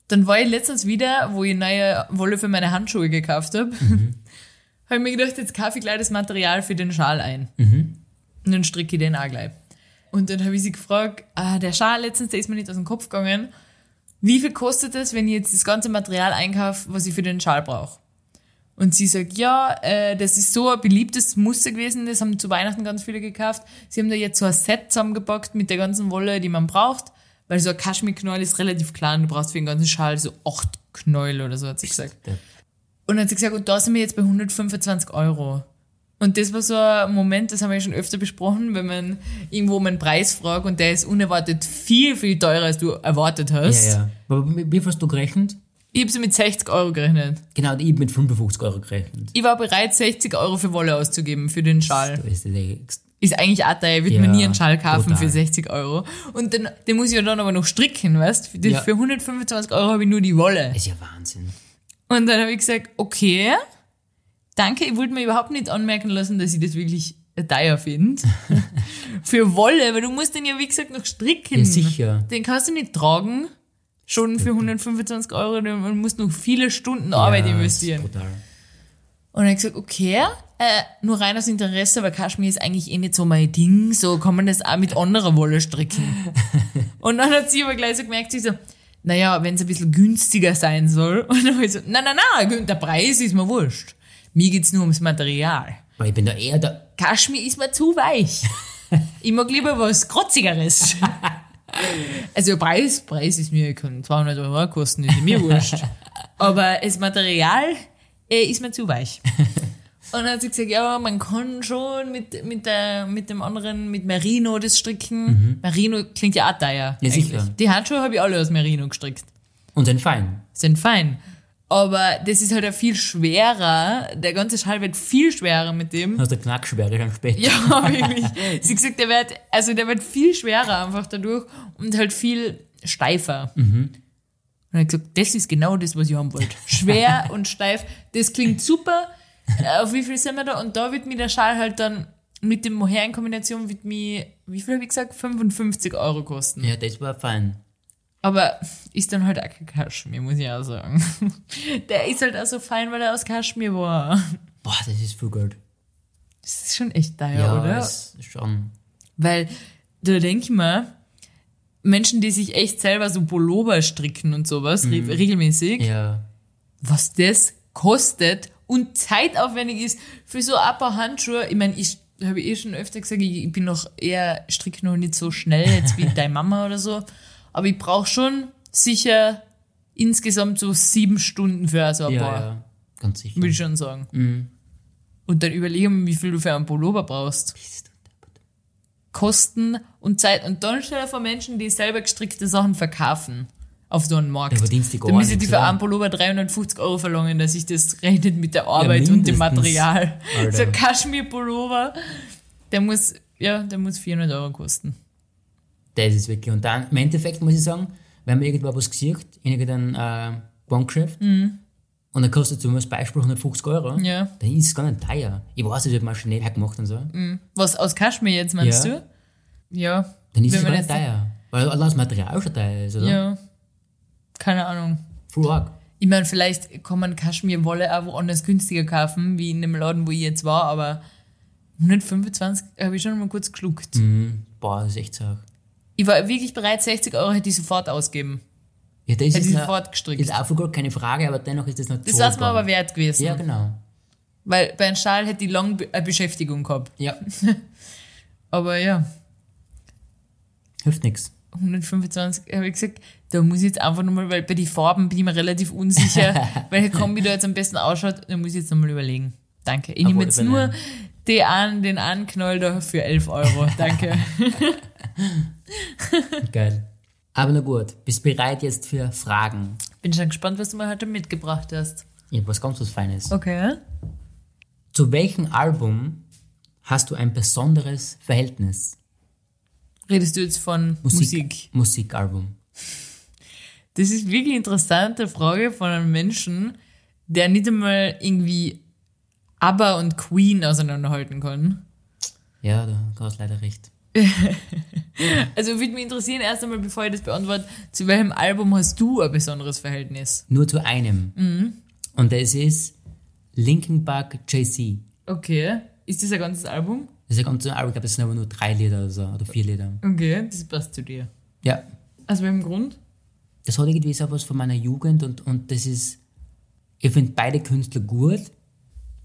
E: Dann war ich letztens wieder, wo ich neue Wolle für meine Handschuhe gekauft habe, habe ich mir gedacht, jetzt kaufe ich gleich das Material für den Schal ein. Und dann stricke ich den auch gleich. Und dann habe ich sie gefragt, ah, der Schal letztens, der ist mir nicht aus dem Kopf gegangen. Wie viel kostet es, wenn ich jetzt das ganze Material einkaufe, was ich für den Schal brauche? Und sie sagt, ja, äh, das ist so ein beliebtes Muster gewesen, das haben zu Weihnachten ganz viele gekauft. Sie haben da jetzt so ein Set zusammengepackt mit der ganzen Wolle, die man braucht, weil so ein Kaschmirknäuel ist relativ klein, du brauchst für den ganzen Schal so acht Knäuel oder so, hat sie gesagt.
C: Der-
E: Und dann hat sie gesagt, und da sind wir jetzt bei 125 Euro. Und das war so ein Moment, das haben wir ja schon öfter besprochen, wenn man irgendwo um einen Preis fragt und der ist unerwartet viel, viel teurer, als du erwartet
C: Ja,
E: hast.
C: ja. Aber mit wie viel hast du gerechnet?
E: Ich habe so mit 60 Euro gerechnet.
C: Genau, ich habe mit 55 Euro gerechnet.
E: Ich war bereit, 60 Euro für Wolle auszugeben, für den Schal.
C: Da ist eh der nächste.
E: ist eigentlich auch teuer, wird
C: Ja,
E: man nie einen Schal kaufen
C: total.
E: für 60 Euro. Und den, den muss ich ja dann aber noch stricken, weißt Für,
C: Ja.
E: für 125 Euro habe ich nur die Wolle.
C: Das ist ja Wahnsinn.
E: Und dann habe ich gesagt, okay,
C: [LAUGHS]
E: danke, ich wollte mir überhaupt nicht anmerken lassen, dass ich das wirklich teuer finde. Für Wolle, weil du musst den ja, wie gesagt, noch stricken.
C: Ja, sicher.
E: Den kannst du nicht tragen. Schon für 125 Euro, man muss noch viele Stunden Arbeit
C: Ja, das ist
E: investieren.
C: Brutal.
E: Und dann hab ich gesagt, okay, äh, nur rein aus Interesse, weil Kaschmir ist eigentlich eh nicht so mein Ding, so kann man das auch mit anderer Wolle stricken. und dann hat sie aber gleich so gemerkt, sie so, naja, wenn es ein bisschen günstiger sein soll. [LAUGHS] Und dann hab ich so, na, na, na, der Preis ist mir wurscht. Mir geht's nur ums Material.
C: Aber ich bin da eher der
E: Kaschmir ist mir zu weich. [LAUGHS] ich mag lieber was Krotzigeres. [LAUGHS] also Preis, Preis ist mir, kann 200 Euro kosten, ist mir wurscht. Aber das Material äh, ist mir zu [LAUGHS] weich. Und dann hat sie gesagt, ja, man kann schon mit, mit, der, mit dem anderen, mit Merino das stricken. Merino klingt Mhm. ja auch teuer.
C: Ja, sicher.
E: eigentlich. Die Handschuhe habe ich alle aus Merino gestrickt
C: und ein Fein.
E: sind fein. Aber das ist halt auch viel schwerer. Der ganze Schall wird viel schwerer mit dem.
C: Aus der Knacksperre dann später.
E: Ja, [LAUGHS] wirklich. Sie hat gesagt, der wird, also der wird viel schwerer einfach dadurch und halt viel steifer.
C: Mhm.
E: Und er hat gesagt, das ist genau das, was ich haben wollte.
C: [LAUGHS]
E: Schwer und steif. Das klingt super. Äh, Auf wie viel sind wir da? Und da wird mir der Schal halt dann mit dem Mohair in Kombination wird mir, wie viel habe ich gesagt? 55 Euro kosten.
C: [LAUGHS] Ja, das war fein.
E: Aber ist dann halt auch kein Kaschmir, muss ich auch sagen. [LAUGHS] Der ist halt auch so fein, weil er aus Kaschmir war.
C: Boah, das ist viel Geld.
E: Das ist schon echt teuer,
C: Ja,
E: oder?
C: das ist schon.
E: Weil da denke ich mir, Menschen, die sich echt selber so Pullover stricken und sowas, re regelmäßig,
C: Mhm. Ja.
E: was das kostet und zeitaufwendig ist für so ein paar Handschuhe. Ich meine, ich habe eh schon öfter gesagt, ich ich bin noch eher, strick noch nicht so schnell
C: [LAUGHS]
E: jetzt wie deine Mama oder so. Aber ich brauche schon sicher insgesamt so sieben Stunden für so ein
C: Ja, Mhm.
E: paar,
C: ja. Ganz sicher.
E: würde ich schon sagen. Und dann überlege ich mir, wie viel du für einen Pullover brauchst. Kosten und Zeit. Und dann stell dir vor Menschen, die selber gestrickte Sachen verkaufen auf so einen Markt.
C: Da verdienst du gar
E: Da müssen die
C: nichts,
E: für
C: oder?
E: einen Pullover 350 Euro verlangen, dass sich das rechnet mit der Arbeit und dem
C: mindestens,
E: Material.
C: Alter.
E: So ein Kaschmir-Pullover, der muss, ja, der muss 400 Euro kosten.
C: Das ist wirklich. Und dann, im Endeffekt muss ich sagen, wenn man irgendwo was sieht, in irgendeinem äh, Bankgeschäft, und dann kostet zum Beispiel 150 Euro,
E: Mhm. Ja.
C: dann ist es gar nicht teuer. Ich weiß, das wird mal schnell gemacht und so.
E: Mhm. Was aus Kaschmir jetzt, meinst
C: Ja.
E: du? Ja.
C: Dann ist
E: Wenn
C: es
E: man
C: gar nicht
E: jetzt-
C: teuer. Weil allein das Material schon teuer ist, oder?
E: Ja. Keine Ahnung.
C: Voll arg.
E: Ich meine, vielleicht kann man Kaschmir-Wolle auch woanders günstiger kaufen, wie in dem Laden, wo ich jetzt war, aber 125 habe ich schon mal kurz geschluckt.
C: Mhm. Boah, das ist echt sag.
E: Ich war wirklich bereit, 60 Euro hätte ich sofort ausgeben.
C: Ja, das
E: Hätte
C: ist,
E: ich
C: noch-
E: sofort gestrickt.
C: ist auch voll gut, keine Frage, aber dennoch ist das noch
E: Das war es mir
C: zollbar.
E: aber wert gewesen.
C: Ja, genau.
E: Weil bei einem Schal hätte ich lang be- eine Beschäftigung gehabt.
C: Ja,
E: Aber ja,
C: hilft nichts.
E: 125 habe ich gesagt, da muss ich jetzt einfach nochmal, weil bei den Farben bin ich mir
C: [LAUGHS]
E: relativ unsicher, welche Kombi da jetzt am besten ausschaut, da muss ich jetzt nochmal überlegen. Danke. Ich nehme
C: Obwohl,
E: jetzt
C: wenn
E: nur
C: ein-
E: den einen, den einen Knoll da für 11 Euro.
C: [LAUGHS]
E: Danke.
C: Geil. Aber na gut, bist bereit jetzt für Fragen?
E: bin schon gespannt, was du mir heute mitgebracht hast.
C: Ich hab was ganz was Feines.
E: Okay.
C: Zu welchem Album hast du ein besonderes Verhältnis?
E: Redest du jetzt von Musik?
C: Musikalbum.
E: Das ist wirklich eine interessante Frage von einem Menschen, der nicht einmal irgendwie ABBA und Queen auseinanderhalten kann.
C: Ja, da hast leider recht.
E: Also würde mich interessieren, erst einmal, bevor ich das beantworte, zu welchem Album hast du ein besonderes Verhältnis?
C: Nur zu einem.
E: Mhm.
C: Und das ist Linkin Park JC.
E: Okay. Ist das ein ganzes Album?
C: Das ist ein ganzes Album, ich glaube, das sind aber nur drei Lieder oder so, oder vier Lieder.
E: Okay, das passt zu dir.
C: Ja,
E: Aus welchem Grund?
C: das hat irgendwie so was von meiner Jugend und, und das ist, ich finde beide Künstler gut.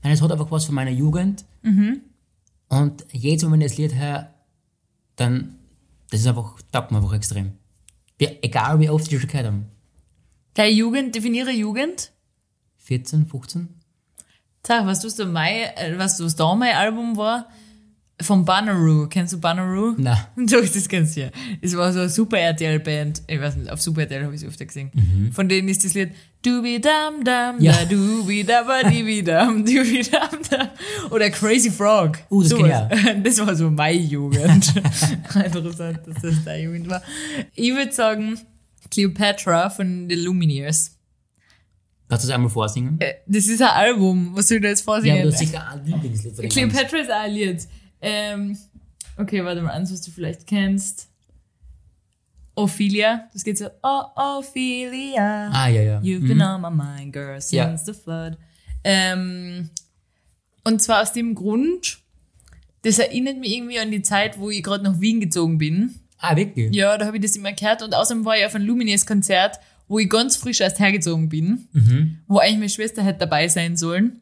C: Nein, es hat einfach was von meiner Jugend. Mhm. Und jedes Mal, wenn ich das Lied höre, dann, das ist einfach, taugt mir einfach extrem. Wie, egal wie oft ich das schon gehört habe.
E: Deine Jugend, definiere Jugend.
C: 14, 15?
E: Sag, was du mein, äh, was du da mein Album war? Von Bonnaroo. Kennst du Bonnaroo?
C: Nein.
E: [LAUGHS] Doch, das kennst du ja. Es war so eine Super RTL-Band. Ich weiß nicht, auf Super RTL habe ich es öfter gesehen. Von denen ist das Lied Dubi Dam Dam
C: Mhm. Ja.
E: da Dubi Daba Dibi Dam Dubi Dam Dam oder Crazy Frog.
C: Uh, das
E: Sowas.
C: kenn
E: [LAUGHS] Das war so meine Jugend. [LAUGHS] Interessant, dass das deine Jugend war. Ich würde sagen Cleopatra von The Lumineers.
C: Kannst du das einmal vorsingen?
E: Äh, Das ist ein Album. Was soll ich da jetzt
C: Ja, halt
E: vorsingen?
C: aber du hast sicher ein Lieblingslied von denen.
E: Cleopatra ist auch ein Lied. Ähm, Okay, warte mal, eins, was du vielleicht kennst. Ophelia. Das geht so, oh, Ophelia.
C: Ah, ja, ja.
E: You've been on my mind, girl, since
C: Ja.
E: the flood. Ähm, und zwar aus dem Grund, das erinnert mich irgendwie an die Zeit, wo ich gerade nach Wien gezogen bin.
C: Ah, wirklich?
E: Ja, da habe ich das immer gehört. Und außerdem war ich auf einem Lumines-Konzert, wo ich ganz frisch erst hergezogen bin. Wo eigentlich meine Schwester hätte dabei sein sollen.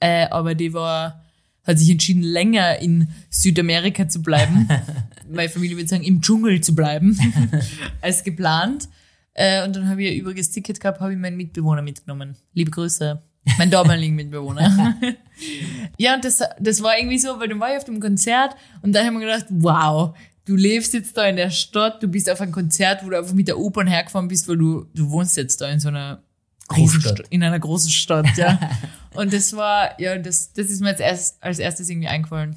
E: Äh, aber die war, hat sich entschieden, länger in Südamerika zu bleiben. Meine Familie würde sagen, im Dschungel zu bleiben, als geplant. Äh, und dann habe ich ein übriges Ticket gehabt, habe ich meinen Mitbewohner mitgenommen. Liebe Grüße. Mein damaligen Mitbewohner. Ja, und das, das war irgendwie so, weil dann war ich auf dem Konzert und da haben wir gedacht, wow, du lebst jetzt da in der Stadt, du bist auf einem Konzert, wo du einfach mit der U-Bahn hergefahren bist, weil du, du wohnst jetzt da in so einer
C: Großstadt.
E: Riesenst- In einer großen Stadt, ja. und das war, ja, das, das ist mir als, erst, als erstes irgendwie eingefallen.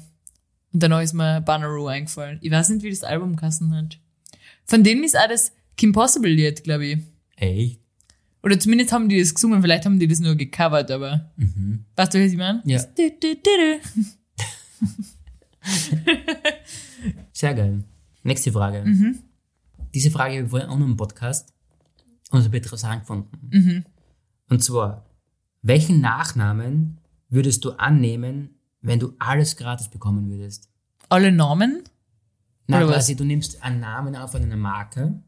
E: Und danach ist mir Banneroo eingefallen. Ich weiß nicht, wie das Album kassen hat. Von denen ist auch das Kim Possible Lied, glaube ich.
C: Ey.
E: Oder zumindest haben die das gesungen, vielleicht haben die das nur gecovert, aber. Weißt du, was ich meine?
C: Mhm. Ja.
E: Das du, du, du, du.
C: Sehr geil. Nächste Frage.
E: Mhm.
C: Diese Frage habe ich vorhin auch noch im Podcast und habe interessant gefunden.
E: Mhm.
C: Und zwar, welchen Nachnamen würdest du annehmen, wenn du alles gratis bekommen würdest?
E: Alle Namen?
C: Na,
E: Oder was?
C: quasi, du nimmst einen Namen auf von einer Marke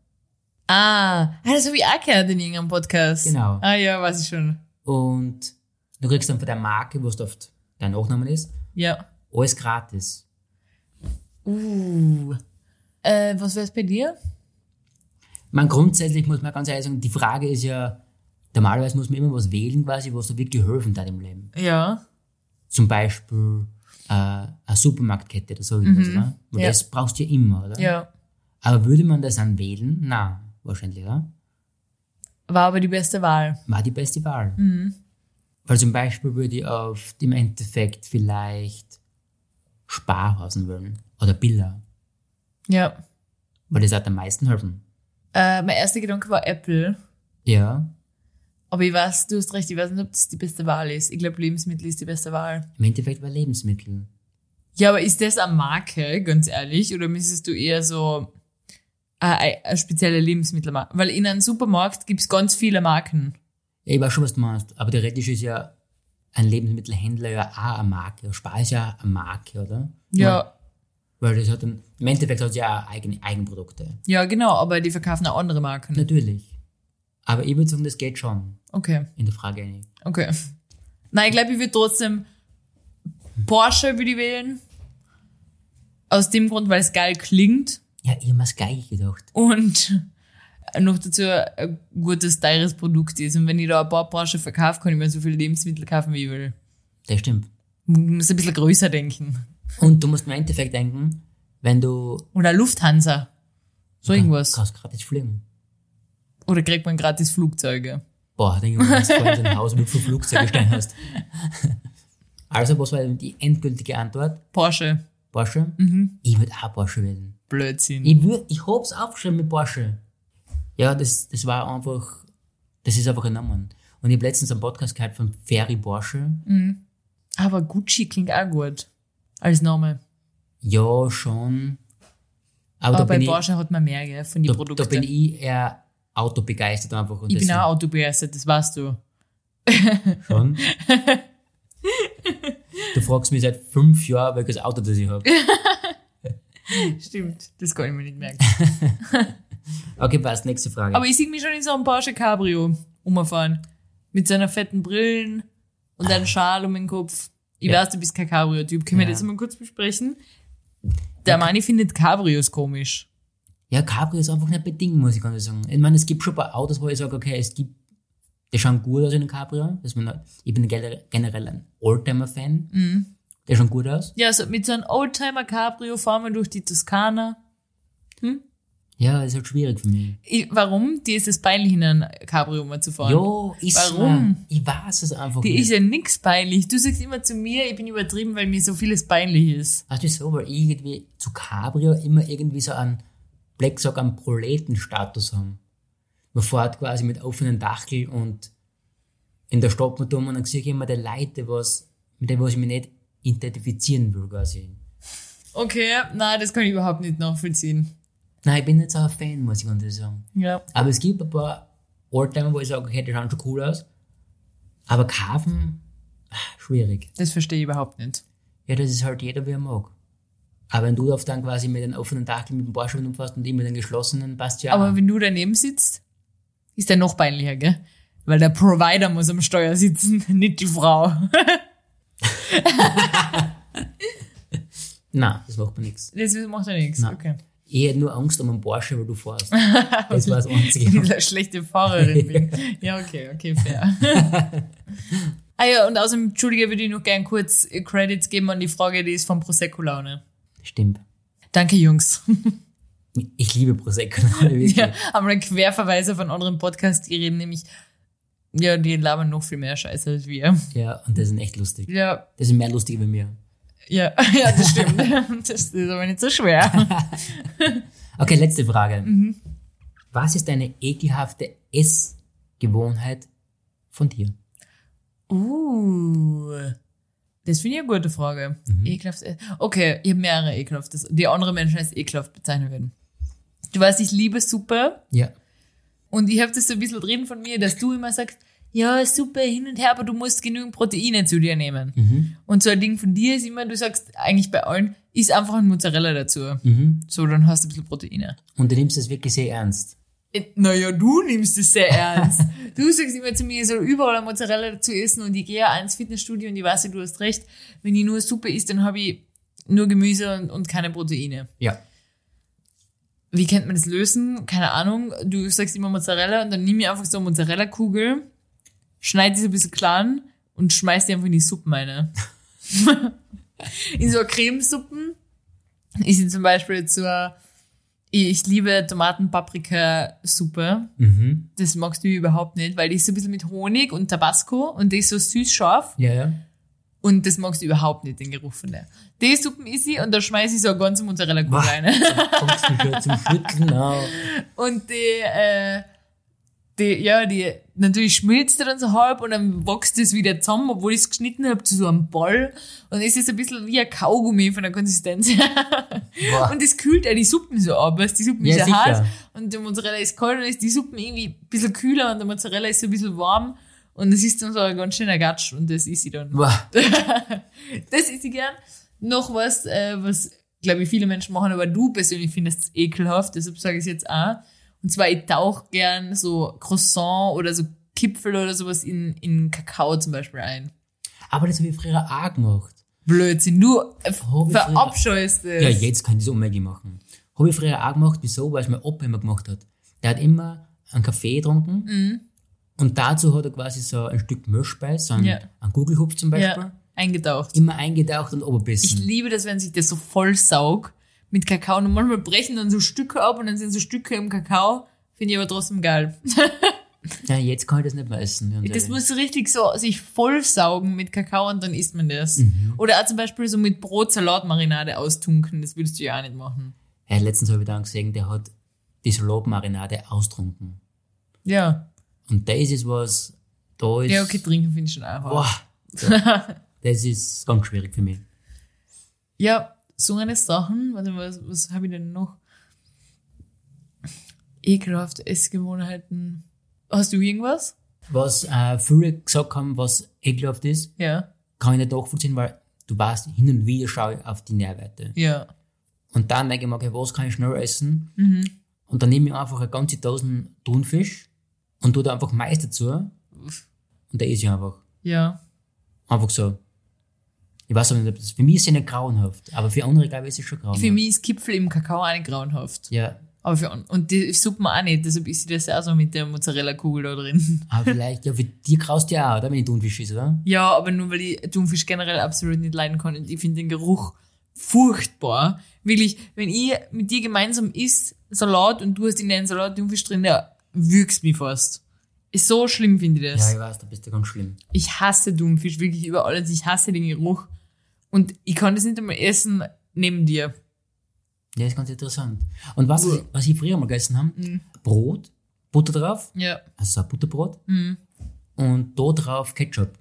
E: Ah, ah, das habe ich auch gehört in irgendeinem Podcast.
C: Genau.
E: Ah ja, weiß ich schon.
C: und du kriegst dann von der Marke, wo es oft dein Nachname ist,
E: Ja.
C: alles gratis.
E: Uh. Äh, was wär's bei dir?
C: Man grundsätzlich muss man ganz ehrlich sagen, die Frage ist ja, normalerweise muss man immer was wählen, quasi, was da wirklich helfen hat im Leben.
E: Ja.
C: Zum Beispiel äh, eine Supermarktkette oder so irgendwas, oder? Und
E: Mhm. Ja.
C: das brauchst du ja immer, oder?
E: Ja.
C: Aber würde man das dann wählen? Na, wahrscheinlich, oder?
E: War aber die beste Wahl.
C: War die beste Wahl.
E: Mhm.
C: Weil zum Beispiel würde ich auf im Endeffekt vielleicht Sparhausen wählen oder Billa,
E: Ja.
C: weil das hat am meisten helfen.
E: Äh, mein erster Gedanke war Apple.
C: Ja,
E: Aber ich weiß, du hast recht, ich weiß nicht, ob das die beste Wahl ist. Ich glaube, Lebensmittel ist die beste Wahl.
C: im Endeffekt war Lebensmittel.
E: Ja, aber ist das eine Marke, ganz ehrlich? Oder müsstest du eher so eine, eine spezielle Lebensmittelmarke? Weil in einem Supermarkt gibt's ganz viele Marken.
C: Ja, ich weiß schon, was du meinst, aber theoretisch ist ja ein Lebensmittelhändler ja auch eine Marke. Spar ist ja eine Marke, oder?
E: Ja.
C: Weil das hat dann, im Endeffekt hat es ja auch eigene Eigenprodukte.
E: Ja, genau, aber die verkaufen auch andere Marken.
C: Natürlich. Aber ich würde sagen, das geht schon
E: Okay,
C: in der Frage einig.
E: okay. Nein, ich glaube, ich würde trotzdem Porsche würde ich wählen. Aus dem Grund, weil es geil klingt
C: Ja, ich habe mir das gleiche gedacht.
E: und [LAUGHS] noch dazu ein gutes, teures Produkt ist. Und wenn ich da ein paar Porsche verkaufe, kann ich mir so viele Lebensmittel kaufen, wie ich will.
C: Das stimmt.
E: Ich muss ein bisschen größer denken.
C: Und du musst im Endeffekt denken, wenn du
E: Oder Lufthansa. So irgendwas.
C: kannst gratis fliegen.
E: Oder kriegt man gratis Flugzeuge.
C: Boah, denke ich mal, dass du vorhin so ein Haus mit fünf Flugzeugen stehen hast. [LAUGHS] Also, was war denn die endgültige Antwort?
E: Porsche.
C: Porsche?
E: Mhm.
C: Ich würde auch Porsche wählen.
E: Blödsinn.
C: Ich, würd, ich hab's aufgeschrieben mit Porsche. Ja, das, das war einfach, das ist einfach ein Name. Und ich habe letztens einen Podcast gehört von Ferry Porsche.
E: Aber Gucci klingt auch gut. Als Name.
C: Ja, schon. Aber,
E: Aber
C: da,
E: bei
C: bin ich,
E: Porsche hat man mehr, gell, von den
C: da,
E: Produkten.
C: da bin ich eher autobegeistert einfach. Und
E: Ich bin
C: deswegen-
E: auch autobegeistert, das weißt du. [LAUGHS]
C: Schon. Du fragst mich seit fünf Jahren, welches Auto das ich habe.
E: [LAUGHS] Stimmt. Das kann ich mir nicht merken.
C: Okay, passt, nächste Frage.
E: Aber ich sehe mich schon in so einem Porsche Cabrio umfahren. Mit seiner fetten Brillen und einem Schal um den Kopf. Ich
C: Ja.
E: weiß, du bist kein Cabrio-Typ. Können wir
C: Ja.
E: das mal kurz besprechen? Der Mani findet Cabrios komisch.
C: ja, Cabrio ist einfach nicht bedingt, muss ich ganz ehrlich sagen. Ich meine, es gibt schon ein paar Autos, wo ich sage, okay, es gibt, die schauen gut aus in einem Cabrio. Das man, ich bin generell generell ein Oldtimer-Fan.
E: Mhm.
C: Der schaut gut aus.
E: Ja, so mit so einem Oldtimer Cabrio fahren wir durch die Toskana.
C: Ja, ist halt schwierig für mich.
E: Ich, warum? Die ist es peinlich, in einem Cabrio mal zu fahren.
C: Jo, ist
E: Warum?
C: mir- Ich weiß es einfach
E: Die ist
C: nicht.
E: ja nix peinlich. Du sagst immer zu mir, ich bin übertrieben, weil mir so vieles peinlich ist.
C: Weißt du so, weil ich irgendwie zu Cabrio immer irgendwie so einen Blacksock, einen Proletenstatus haben. Man fährt quasi mit offenen Dachel und in der Stadt mit um und dann sehe ich immer die Leute, was, mit denen was ich mich nicht identifizieren will, quasi.
E: Okay, na, das kann ich überhaupt nicht nachvollziehen.
C: Nein, ich bin nicht so ein Fan, muss ich ganz ehrlich sagen.
E: Ja.
C: Aber es gibt ein paar Oldtimer, wo ich sage, okay, die schauen schon cool aus. Aber kaufen, ah, schwierig.
E: Das verstehe ich überhaupt nicht.
C: Ja, das ist halt jeder, wie er mag. Aber wenn du auf dann quasi mit einem offenen Dachel mit dem Barschwein umfasst und ich mit einem geschlossenen, passt ja auch.
E: Aber wenn du daneben sitzt, ist der noch peinlicher, gell? Weil der Provider muss am Steuer sitzen, [LAUGHS] nicht die Frau.
C: Nein, das macht mir nichts.
E: Das macht ja nichts.
C: Nein.
E: Okay.
C: Ich hätte nur Angst um einen Porsche, weil du
E: [LAUGHS]
C: fährst. Das war das Einzige.
E: Wenn ich eine schlechte Fahrerin bin. Ja, okay, okay, fair. ah ja, und außerdem, Entschuldige, würde ich noch gern kurz äh, Credits geben an die Frage, die ist von Prosecco Laune.
C: Stimmt.
E: Danke, Jungs. [LAUGHS]
C: Ich liebe Prosecco. [LAUGHS] wirklich.
E: ja, haben wir einen Querverweis auf einen anderen Podcast gegeben, nämlich, ja, die labern noch viel mehr Scheiße als wir.
C: ja, und das sind echt lustig.
E: Ja,
C: Das sind mehr lustig bei mir.
E: ja, [LAUGHS] ja, das stimmt. [LAUGHS] das ist aber nicht so schwer.
C: Okay, letzte Frage.
E: Mhm.
C: Was ist eine ekelhafte Essgewohnheit von dir?
E: Uh, das finde ich eine gute Frage. Ekelhaft. äh, Okay, ich habe mehrere ekelhaftes, die andere Menschen als ekelhaft bezeichnen würden. Du weißt, ich liebe Suppe
C: Ja.
E: und ich habe das so ein bisschen drin von mir, dass du immer sagst, ja, Suppe hin und her, aber du musst genügend Proteine zu dir nehmen. Und so ein Ding von dir ist immer, du sagst eigentlich bei allen, isst einfach ein Mozzarella dazu.
C: Mhm.
E: So, dann hast du ein bisschen Proteine.
C: Und du nimmst das wirklich sehr ernst.
E: Äh, Naja, du nimmst es sehr ernst. Du sagst immer zu mir, ich soll überall eine Mozzarella zu essen und ich gehe ja ins Fitnessstudio und ich weiß, ja, du hast recht. Wenn ich nur Suppe isst, dann habe ich nur Gemüse und, und keine Proteine.
C: Ja.
E: Wie könnte man das lösen? Keine Ahnung. Du sagst immer Mozzarella und dann nimm ich einfach so eine Mozzarella-Kugel, schneid die so ein bisschen klein und schmeiß die einfach in die Suppen rein. [LAUGHS] in so Cremesuppen ist sie zum Beispiel zur, ich liebe Tomaten-Paprika-Suppe.
C: Mhm.
E: Das magst du überhaupt nicht, weil die ist so ein bisschen mit Honig und Tabasco und die ist so süß scharf
C: Ja, ja.
E: und das magst du überhaupt nicht, den Geruch von der. Die Suppen ist sie und da schmeiße ich so eine ganze Mozzarella-Kugel
C: Wah.
E: rein.
C: Kommst du schon zum Schütteln? [LAUGHS] Oh.
E: Und die, äh, die, ja, die, natürlich schmilzt er dann so halb und dann wächst es wieder zusammen, obwohl ich es geschnitten habe, zu so einem Ball. Und es ist ein bisschen wie ein Kaugummi von der Konsistenz.
C: Boah.
E: und es kühlt auch die Suppen so ab, weißt, die Suppen
C: Ja,
E: ist ja
C: sicher.
E: hart und die Mozzarella ist kalt und ist die Suppen irgendwie ein bisschen kühler und der Mozzarella ist so ein bisschen warm. Und es ist dann so ein ganz schöner Gatsch und das ist sie dann.
C: Boah.
E: [LAUGHS] Das ist sie gern. Noch was, äh, was, glaube ich, viele Menschen machen, aber du persönlich findest es ekelhaft, deshalb sage ich es jetzt auch. Und zwar, ich tauche gern so Croissant oder so Kipfel oder sowas in, in Kakao zum Beispiel ein.
C: Aber das habe ich früher auch gemacht.
E: Blödsinn, du äh,
C: Oh, wie früher.
E: verabscheust es.
C: Ja, jetzt kann ich das unmöglich machen. Habe ich früher auch gemacht, wieso? Weil es mein Opa immer gemacht hat. Der hat immer einen Kaffee getrunken
E: Mhm.
C: und dazu hat er quasi so ein Stück Möschbeiß, so einen,
E: Ja.
C: einen Gugelhupf zum Beispiel, Hm.
E: ja, eingetaucht.
C: immer eingetaucht und
E: Ich
C: oberbissen.
E: liebe das, wenn sich das so vollsaug mit Kakao und manchmal brechen dann so Stücke ab und dann sind so Stücke im Kakao. Finde ich aber trotzdem geil.
C: Ja, jetzt kann ich das nicht mehr essen. ganz
E: Das
C: ehrlich.
E: muss richtig so sich vollsaugen mit Kakao und dann isst man das. Oder auch zum Beispiel so mit Brot Salatmarinade austunken, das würdest du ja auch nicht machen.
C: ja, letztens habe ich da gesehen, der hat die Salatmarinade austrunken.
E: Ja.
C: Und das ist was, da ist...
E: Ja, okay, trinken finde ich schon auch. hart.
C: boah,
E: [LAUGHS]
C: da- das ist ganz schwierig für mich.
E: Ja, so eine Sachen, warte, was, was habe ich denn noch? Ekelhafte Essgewohnheiten. Hast du irgendwas?
C: Was äh, viele gesagt haben, was ekelhaft ist,
E: Ja.
C: kann ich nicht nachvollziehen, weil du weißt, hin und wieder schaue ich auf die Nährwerte.
E: Ja.
C: Und dann denke ich mir, okay, was kann ich schnell essen?
E: Mhm.
C: Und dann nehme ich einfach eine ganze Tausend Thunfisch und tue da einfach Mais dazu. Und der esse ich einfach.
E: Ja.
C: Einfach so. Ich weiß auch nicht, ob das, für mich ist es nicht grauenhaft, aber für andere, glaube ich, ist es schon grauenhaft.
E: Für mich ist Kipfel im Kakao auch nicht grauenhaft.
C: Ja,
E: Aber für, und die Suppen auch nicht, deshalb ist das auch so mit der Mozzarella-Kugel da drin.
C: aber vielleicht, ja, für die graust ja auch, oder? Wenn ich Thunfisch ist, oder?
E: Ja, aber nur weil ich Thunfisch generell absolut nicht leiden kann und ich finde den Geruch furchtbar. Wirklich, wenn ich mit dir gemeinsam isst Salat und du hast in deinen Salat Thunfisch drin, der würgst mich fast. Ist so schlimm finde ich das.
C: Ja, ich weiß, da bist du ganz schlimm.
E: Ich hasse Thunfisch wirklich über alles. Ich hasse den Geruch und ich kann das nicht einmal essen neben dir.
C: Ja, ist ganz interessant. Und was,
E: Uah.
C: was ich früher mal gegessen habe,
E: Mhm.
C: Brot, Butter drauf,
E: Ja.
C: also so ein Butterbrot,
E: Mhm.
C: und da drauf Ketchup.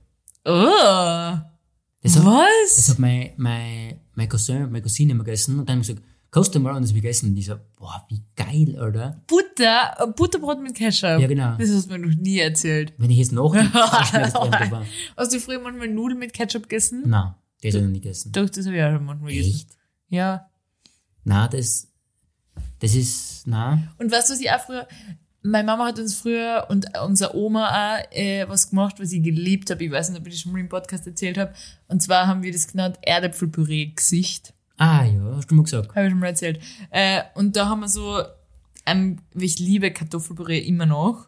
E: Oh,
C: Das hat,
E: was?
C: das hat mein, mein mein Cousin, meine Cousine haben gegessen und dann haben gesagt, kostet mal und das haben wir gegessen. Und ich so, boah, wie geil, Alter.
E: Butter, äh, Butterbrot mit Ketchup.
C: Ja, genau.
E: Das hast du mir noch nie erzählt.
C: Wenn ich jetzt
E: [LAUGHS]
C: noch war.
E: hast du früher manchmal Nudeln mit Ketchup gegessen?
C: Nein, das habe ich noch nie gegessen.
E: Doch, das habe ich auch schon manchmal gegessen.
C: Echt?
E: Ja.
C: Nein, das, das ist, nein.
E: Und weißt du, was ich auch früher, meine Mama hat uns früher und unsere Oma auch äh, was gemacht, was ich geliebt habe. Ich weiß nicht, ob ich das schon mal im Podcast erzählt habe. Und zwar haben wir das genannt Erdäpfelpüree-Gesicht.
C: Ah ja, hast du mal gesagt.
E: Habe ich schon mal erzählt. Äh, und da haben wir so, ähm, ich liebe Kartoffelpüree immer noch.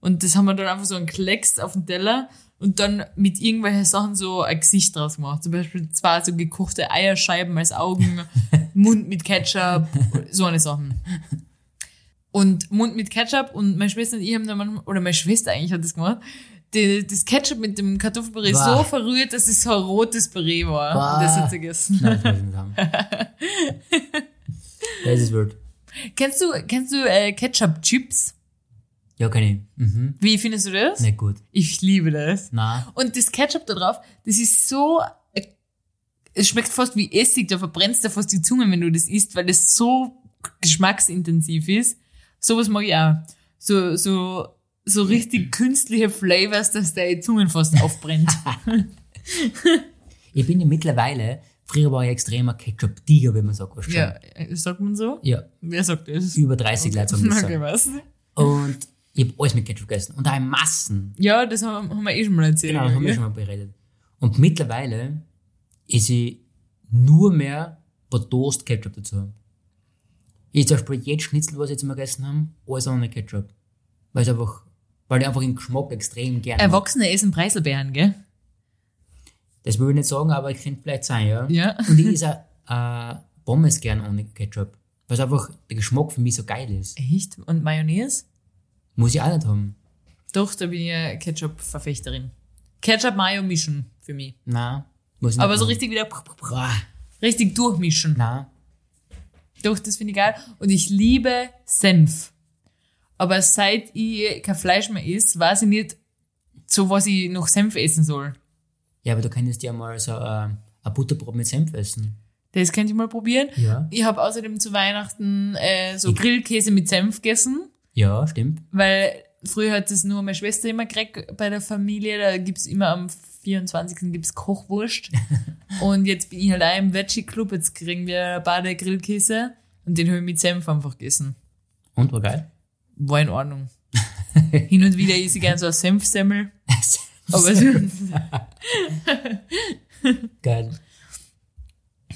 E: Und das haben wir dann einfach so einen Klecks auf den Teller und dann mit irgendwelchen Sachen so ein Gesicht draus gemacht. Zum Beispiel zwar so gekochte Eierscheiben als Augen, Mund mit Ketchup, so eine Sachen. Und Mund mit Ketchup und meine Schwester und ich haben dann manchmal, oder meine Schwester eigentlich hat das gemacht, die, das Ketchup mit dem Kartoffelpüree
C: Wow.
E: so verrührt, dass es so ein rotes Püree war.
C: Wow.
E: Und das hat sie gegessen.
C: Nein, das muss ich nicht
E: [LAUGHS]
C: haben. das ist wild.
E: Kennst du, kennst du äh, Ketchup-Chips?
C: Ja, kann ich. Mhm.
E: Wie findest du das?
C: Nicht gut.
E: Ich liebe das.
C: Nein.
E: Und das Ketchup da drauf, das ist so, äh, es schmeckt fast wie Essig, da verbrennst du fast die Zunge, wenn du das isst, weil das so geschmacksintensiv ist. Sowas mag ich auch. So, so, so richtig künstliche Flavors, dass deine Zungen fast
C: [LAUGHS]
E: aufbrennt.
C: Ich bin ja mittlerweile, früher war ich extremer Ketchup-Tiger, wenn man sagt, was
E: ja, äh, sagt man so?
C: ja.
E: Wer sagt das?
C: Über 30 Leute haben das
E: Okay,
C: gesagt.
E: was?
C: Und ich habe alles mit Ketchup gegessen. Und auch in Massen.
E: Ja, das haben, haben wir eh schon mal erzählt.
C: Genau, das haben wir
E: gell?
C: schon mal beredet. Und mittlerweile ist ich nur mehr bei Toast Ketchup dazu. Ich zum Beispiel jedes Schnitzel, was ich jetzt mal gegessen habe, alles ohne Ketchup. Weil es einfach, weil ich einfach den Geschmack extrem gerne mag.
E: Erwachsene essen Preiselbeeren, gell?
C: Das will ich nicht sagen, aber ich könnte vielleicht sein, ja.
E: Ja.
C: Und ich esse auch, äh, Pommes gern ohne Ketchup. Weil es einfach der Geschmack für mich so geil ist.
E: Echt? Und Mayonnaise?
C: Muss ich auch nicht haben.
E: Doch, da bin ich ja Ketchup-Verfechterin. Ketchup-Mayo-Mischen für mich.
C: Nein. Muss ich nicht
E: Aber so
C: haben.
E: richtig wieder
C: Boah,
E: richtig durchmischen.
C: nein.
E: Doch, das finde ich geil. Und ich liebe Senf. Aber seit ich kein Fleisch mehr isst, weiß ich nicht, zu was ich noch Senf essen soll.
C: Ja, aber du könntest ja mal so äh, ein Butterbrot mit Senf essen.
E: Das könnt ihr mal probieren.
C: Ja.
E: Ich habe außerdem zu Weihnachten äh, so Grillkäse mit Senf gegessen,
C: Ja, stimmt.
E: weil früher hat das nur meine Schwester immer gekriegt bei der Familie. Da gibt's immer am 24. gibt's Kochwurst. Und jetzt bin ich halt auch im Veggie Club. Jetzt kriegen wir Bade Grillkäse. Und den habe ich mit Senf einfach gegessen.
C: Und war geil. [LAUGHS]
E: war in Ordnung. Hin und wieder esse ich gern so eine Senfsemmel. Aber so,
C: geil.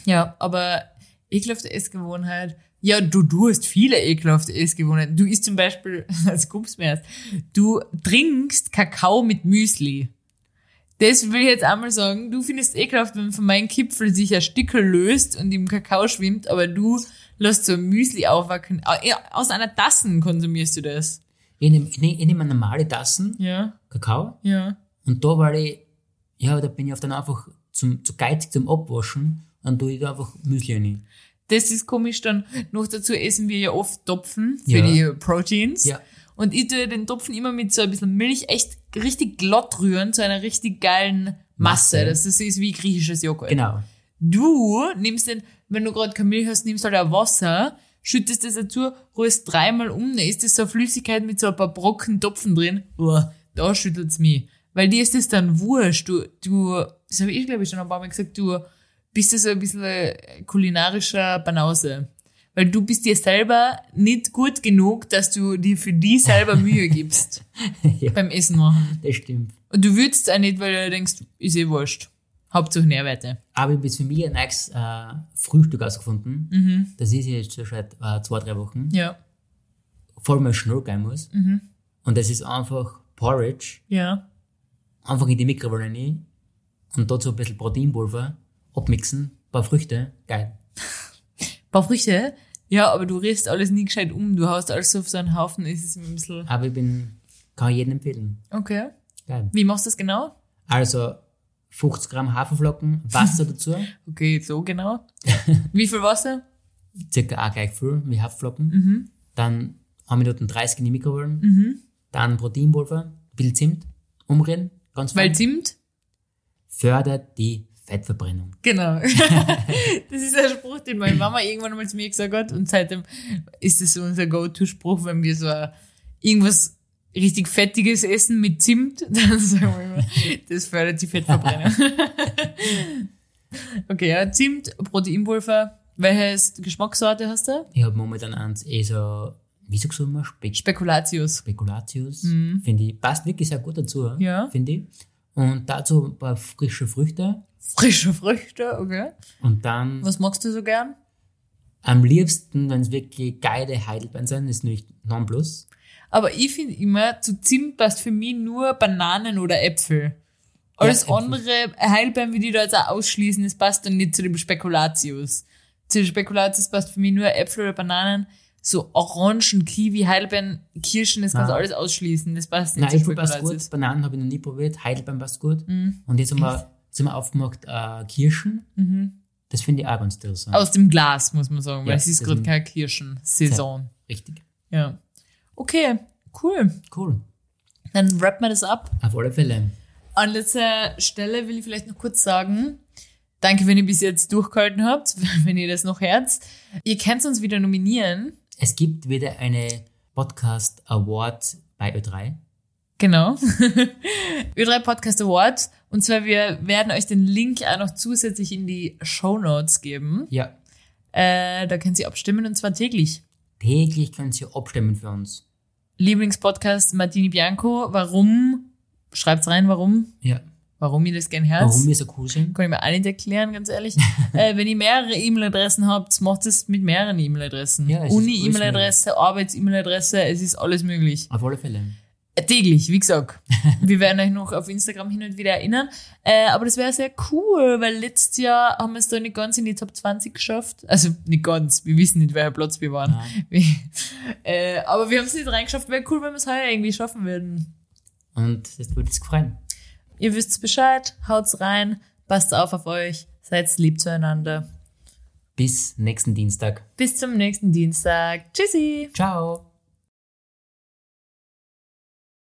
E: ja, aber ekelhafte Essgewohnheit. Ja, du, du hast viele ekelhafte Essgewohnheiten. Du isst zum Beispiel, [LAUGHS] das kommst mir erst, du trinkst Kakao mit Müsli. Das will ich jetzt einmal sagen. Du findest ekelhaft, wenn von meinem Kipfel sich ein Stickel löst und im Kakao schwimmt, aber du lässt so ein Müsli aufwackeln. Aus einer Tasse konsumierst du das.
C: Ich nehme ich nehm, ich nehm eine normale Tassen
E: Ja,
C: Kakao
E: ja.
C: und da war ich, ja, da bin ich oft dann einfach zum, zu geizig zum Abwaschen dann tue ich da einfach Müsli rein.
E: Das ist komisch, dann noch dazu essen wir ja oft Topfen für
C: Ja.
E: die Proteins.
C: Ja.
E: Und ich tue den Topfen immer mit so ein bisschen Milch echt richtig glatt rühren zu einer richtig geilen Masse.
C: Masse.
E: Das ist, ist wie griechisches Joghurt.
C: Genau.
E: Du nimmst den, wenn du gerade keine Milch hast, nimmst halt auch Wasser, schüttest das dazu, rührst dreimal um, dann ist das so eine Flüssigkeit mit so ein paar Brocken Topfen drin. Uah, da schüttelt's mich. Weil dir ist das dann wurscht. Du, du, das habe ich glaube ich schon ein paar Mal gesagt, du bist ja so ein bisschen äh, kulinarischer Banause. Weil du bist dir selber nicht gut genug, dass du dir für die selber Mühe gibst.
C: Ja.
E: Beim Essen machen.
C: Das stimmt.
E: Und du würdest auch nicht, weil du denkst, ist eh wurscht. Hauptsache Nährwerte.
C: Aber ich habe jetzt für mich ein neues äh, Frühstück ausgefunden. Das ist jetzt schon seit äh, zwei, drei Wochen.
E: Ja.
C: Vor allem schnell gehen muss. Und das ist einfach Porridge,
E: Ja.
C: einfach in die Mikrowelle rein und dazu ein bisschen Proteinpulver abmixen, paar Früchte, geil.
E: paar Früchte. Ja, aber du rührst alles nie gescheit um. Du haust alles auf so einen Haufen, ist es ein bisschen.
C: Aber ich bin, kann ich jedem empfehlen.
E: Okay.
C: Geil.
E: Wie machst du das genau?
C: Also 50 Gramm Haferflocken, Wasser dazu,
E: Okay, so [LAUGHS] genau. Wie viel Wasser?
C: circa auch gleich viel wie Haferflocken. Dann haben Minuten 30 in die Mikrowelle. Dann Proteinpulver, ein bisschen Zimt, umrühren, ganz
E: Weil
C: fein.
E: Zimt
C: Fördert die Fettverbrennung.
E: [LAUGHS] Genau. das ist ein Spruch, den meine Mama irgendwann mal zu mir gesagt hat. Und seitdem ist das so unser Go-To-Spruch, wenn wir so ein- irgendwas richtig Fettiges essen mit Zimt, [LAUGHS] dann sagen wir immer, das fördert die [LAUGHS] Fettverbrennung. okay, ja, Zimt, Proteinpulver. Welche Geschmackssorte hast du?
C: Ich habe momentan eins eh so, wie sagst du immer, Spe
E: Spekulatius.
C: Spekulatius, finde ich. Passt wirklich sehr gut dazu,
E: Mhm. Ja.
C: finde ich. Und dazu ein paar frische Früchte.
E: Frische Früchte, okay.
C: Und dann
E: Was magst du so gern?
C: am liebsten, wenn es wirklich geile Heidelbeeren sind, ist nämlich Nonplus.
E: Aber ich finde immer, zu Zimt passt für mich nur Bananen oder Äpfel. Alles
C: Äpfel.
E: andere, Heilbeeren würde ich da jetzt auch ausschließen, das passt dann nicht zu dem Spekulatius. Zu dem Spekulatius passt für mich nur Äpfel oder Bananen. So Orangen, Kiwi, Heidelbeeren, Kirschen, das kannst du
C: Nein.
E: alles ausschließen, das passt nicht
C: Nein,
E: zu
C: Äpfel passt
E: Spekulatius. Mhm.
C: gut, Bananen habe ich noch nie probiert, Heidelbeeren passt gut. Und jetzt haben wir, sind wir aufgemacht äh, Kirschen. Das finde ich auch ganz interessant.
E: Mhm. Aus dem Glas, muss man sagen, weil
C: Ja,
E: es ist
C: das
E: gerade
C: sind-
E: keine Kirschen-Saison.
C: Richtig.
E: Ja. Okay, cool.
C: Cool.
E: Dann wrappen wir das ab.
C: Auf alle Fälle.
E: An letzter Stelle will ich vielleicht noch kurz sagen, danke, wenn ihr bis jetzt durchgehalten habt, [LAUGHS] wenn ihr das noch hört. Ihr könnt uns wieder nominieren.
C: Es gibt wieder eine Podcast Award bei Ö3.
E: Genau. [LAUGHS] Ö3 Podcast Award. Und zwar, wir werden euch den Link auch noch zusätzlich in die Show Notes geben.
C: Ja.
E: Äh, da könnt ihr abstimmen und zwar täglich.
C: Täglich könnt ihr abstimmen für uns.
E: Lieblingspodcast Martini Bianco. Warum? Schreibt's rein, warum?
C: Ja.
E: Warum ihr das gern hört.
C: Warum wir so cool sind.
E: Kann ich mir auch nicht erklären, ganz ehrlich.
C: [LAUGHS]
E: äh, wenn ihr mehrere E-Mail-Adressen habt, macht es mit mehreren E-Mail-Adressen.
C: Ja, es ist
E: Uni-E-Mail-Adresse, Arbeits-E-Mail-Adresse, es ist alles möglich.
C: Auf alle Fälle.
E: Äh, täglich, wie
C: [LAUGHS]
E: gesagt. wir werden euch noch auf Instagram hin und wieder erinnern. Äh, aber das wäre sehr cool, weil letztes Jahr haben wir es da nicht ganz in die Top 20 geschafft. Also nicht ganz, wir wissen nicht, welcher Platz wir waren.
C: Nein.
E: Wie- [LAUGHS] äh, aber wir haben es nicht reingeschafft. Wäre cool, wenn wir es heuer irgendwie schaffen würden.
C: Und das würde uns gefallen.
E: Ihr wisst Bescheid, haut's rein, passt auf auf euch, seid lieb zueinander.
C: Bis nächsten Dienstag.
E: Bis zum nächsten Dienstag. Tschüssi!
C: Ciao.